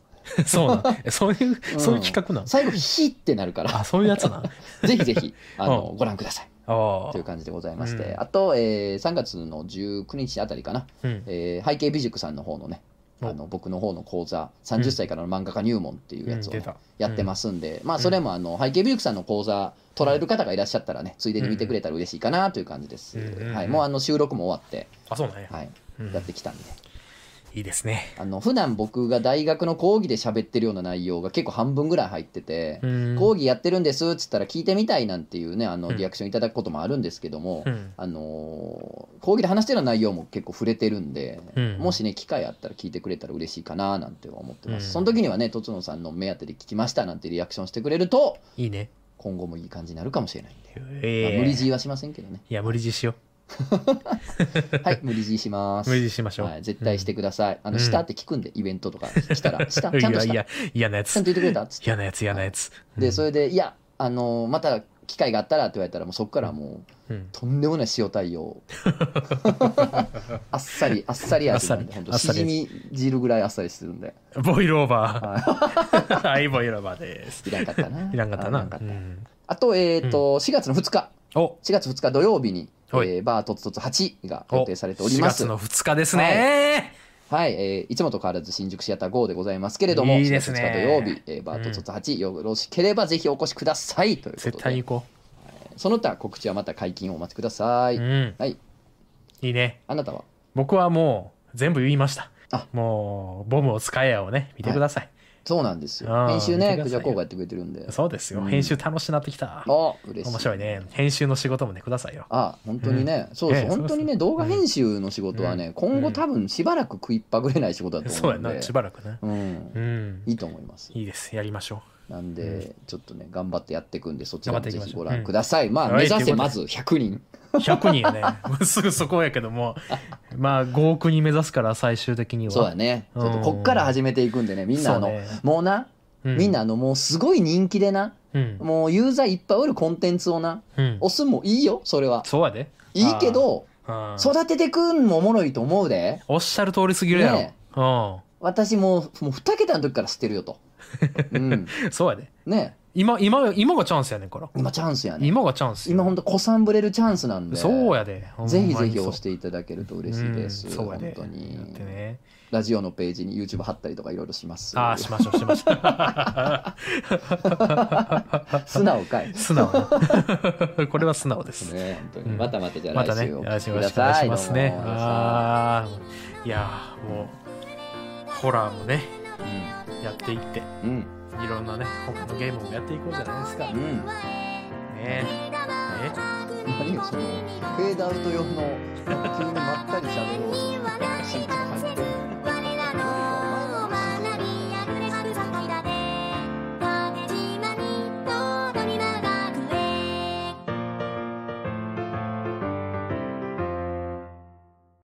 Speaker 1: そうなん。えそういう、そういう企画なん。
Speaker 2: 最後ひってなるから
Speaker 1: あ、そういうやつ なん。
Speaker 2: ぜひ ぜひあの、ご覧ください
Speaker 1: ああ
Speaker 2: という。感じでございまして、
Speaker 1: うん
Speaker 2: あと、えー3月の19日あたりかな、
Speaker 1: うん。
Speaker 2: えー背景美塾さんの方のね
Speaker 1: お
Speaker 2: あの僕の方の講座30歳からの漫画家入門っていうやつをね、
Speaker 1: うん出た
Speaker 2: やってますんで、まあそれもあの背景美塾さんの講座取られる方がいらっしゃったらねついでに見てくれたら嬉しいかなという感じです、
Speaker 1: うん
Speaker 2: はい、もうあの収録も終わって、
Speaker 1: あ、そうなんや。
Speaker 2: はい、
Speaker 1: うん
Speaker 2: やってきたんで
Speaker 1: いいですね。
Speaker 2: あの普段僕が大学の講義で喋ってるような内容が結構半分ぐらい入ってて、
Speaker 1: うん
Speaker 2: 講義やってるんですっつったら聞いてみたいなんていうねあの
Speaker 1: うん
Speaker 2: リアクションいただくこともあるんですけども、
Speaker 1: うん
Speaker 2: あのー講義で話してる内容も結構触れてるんで、
Speaker 1: うん
Speaker 2: もしね機会あったら聞いてくれたら嬉しいかななんて思ってます、
Speaker 1: うん
Speaker 2: その時にはねとつのさんの目当てで聞きましたなんてリアクションしてくれると
Speaker 1: いいね。
Speaker 2: 今後もいい感じになるかもしれないんで、まあ
Speaker 1: ええ
Speaker 2: 無理強いはしませんけど ね
Speaker 1: いや、無理強いしよ
Speaker 2: はい無理強いします
Speaker 1: う。無理強いしましょう。
Speaker 2: はい、絶対してください、あ
Speaker 1: う
Speaker 2: の
Speaker 1: ん
Speaker 2: したって聞くんでイベントとか来たらした
Speaker 1: うん。
Speaker 2: ちゃんと
Speaker 1: い
Speaker 2: し
Speaker 1: や、い
Speaker 2: た
Speaker 1: や、嫌なや
Speaker 2: ちゃ
Speaker 1: つ
Speaker 2: んと。言ってくれたっつって
Speaker 1: 嫌なやつ、嫌なやつ。
Speaker 2: でそれで「いやあのーまた機会があったら」って言われたらもうそこからもう
Speaker 1: うん。
Speaker 2: とんでもない塩 対応あっさりあっさり味な
Speaker 1: あ
Speaker 2: んで
Speaker 1: っさり
Speaker 2: ほんと
Speaker 1: あっさり
Speaker 2: しじみ汁ぐらいあっさりするんで
Speaker 1: ボイルオーバー。 はい、ボイルオーバーです。
Speaker 2: いらんかった な
Speaker 1: いらんかった
Speaker 2: あ
Speaker 1: な。うん
Speaker 2: あとえっ、と、4月の2日
Speaker 1: お
Speaker 2: 4月2日土曜日に、え
Speaker 1: はい
Speaker 2: ーバートツトツ8が
Speaker 1: お
Speaker 2: 予定されております
Speaker 1: 4月の2日ですね。
Speaker 2: はい、えーいつもと変わらず新宿シアター GO でございますけれども
Speaker 1: いいですね
Speaker 2: 4月2日土曜日、えーバートツトツ8、よろしければぜひお越しくださいということ
Speaker 1: 絶対に
Speaker 2: で
Speaker 1: 行こ
Speaker 2: その他告知はまた解禁をお待ちください、
Speaker 1: う。うん。
Speaker 2: はい
Speaker 1: いいね。
Speaker 2: あなたは
Speaker 1: 僕はもう全部言いました
Speaker 2: あ。
Speaker 1: もう、ボムを使えやをね、見てください。
Speaker 2: そうなんですよ
Speaker 1: あー
Speaker 2: 編集ね
Speaker 1: 見てくだ
Speaker 2: クジ
Speaker 1: さいよ
Speaker 2: ャコウがやってくれてるんで
Speaker 1: そうですよ。
Speaker 2: うん
Speaker 1: 編集楽しなってきた。
Speaker 2: あ嬉しい
Speaker 1: 面白いね。編集の仕事もね、くださいよ。
Speaker 2: あ本当にね、そうそう、
Speaker 1: ええ
Speaker 2: 本当にね、
Speaker 1: そうそう
Speaker 2: 動画編集の仕事はね、今後多分しばらく食いっぱぐれない仕事だと
Speaker 1: そう
Speaker 2: 思う
Speaker 1: や
Speaker 2: の
Speaker 1: な、
Speaker 2: で、
Speaker 1: しばらくな。
Speaker 2: うん
Speaker 1: う、ん。
Speaker 2: いいと思います。
Speaker 1: いいです。やりましょ
Speaker 2: なん
Speaker 1: う
Speaker 2: で、ちょっとね、頑張ってやっていくんで、そちらもぜひ
Speaker 1: 頑張っ
Speaker 2: ご覧
Speaker 1: ていきましょう
Speaker 2: ください。まあ、
Speaker 1: は
Speaker 2: 目
Speaker 1: い
Speaker 2: 指
Speaker 1: とい
Speaker 2: せ
Speaker 1: うことで
Speaker 2: まず100人。
Speaker 1: う。100人や ね。もうすぐそこやけども、まあ5億人目指すから、最終的には。
Speaker 2: そうやね。ち
Speaker 1: うん
Speaker 2: ょっとこっから始めていくんでね、みんなあの、
Speaker 1: そうね
Speaker 2: もうな、
Speaker 1: う
Speaker 2: みんなあ、の、もうすごい人気でな、
Speaker 1: うん。
Speaker 2: もうユーザーいっぱいおるコンテンツをな、
Speaker 1: うん。
Speaker 2: 押すんもいいよ、それは。
Speaker 1: そうやで。
Speaker 2: いいけど、
Speaker 1: うん、
Speaker 2: 育ててくんもおもろいと思うで。
Speaker 1: おっしゃる通りすぎるやろ。
Speaker 2: ね私もう、もう2桁の時から捨てるよ と。うん。
Speaker 1: うん。そうやで。
Speaker 2: ね
Speaker 1: 今、今、今がチャンスやねんから。
Speaker 2: 今チャンスやね。
Speaker 1: 今がチャンスよ。
Speaker 2: 今ほんと、子さんぶれるチャンスなんで。
Speaker 1: そうやで。ほんまに
Speaker 2: ぜひぜひ
Speaker 1: そう
Speaker 2: 押していただけると嬉しいです。
Speaker 1: うんそうや
Speaker 2: 本
Speaker 1: で。
Speaker 2: 当に
Speaker 1: やってね。
Speaker 2: ラジオのページに YouTube 貼ったりとかいろいろします。
Speaker 1: ああ、しましょう、しましょう。
Speaker 2: 素直かい。
Speaker 1: 素直 なこれは素直です。
Speaker 2: ね、本当に
Speaker 1: うん
Speaker 2: またまたじゃ
Speaker 1: ま
Speaker 2: あ
Speaker 1: た
Speaker 2: 来
Speaker 1: ね、
Speaker 2: 週
Speaker 1: よ
Speaker 2: お
Speaker 1: ろ
Speaker 2: 聞
Speaker 1: し
Speaker 2: き
Speaker 1: く
Speaker 2: く
Speaker 1: お願
Speaker 2: だ
Speaker 1: いし
Speaker 2: さい。
Speaker 1: ますね。
Speaker 2: どうも
Speaker 1: ああ、いやー、もう、ホラーもね、やっていって、
Speaker 2: うん、うん、
Speaker 1: いろんなね、他のゲームもやっていこうじゃないですか。
Speaker 2: う
Speaker 1: ね
Speaker 2: ん。
Speaker 1: え。ね
Speaker 2: 何よ、その、フェードアウト用の、急にまったり喋ろうと。シーンとか入ってる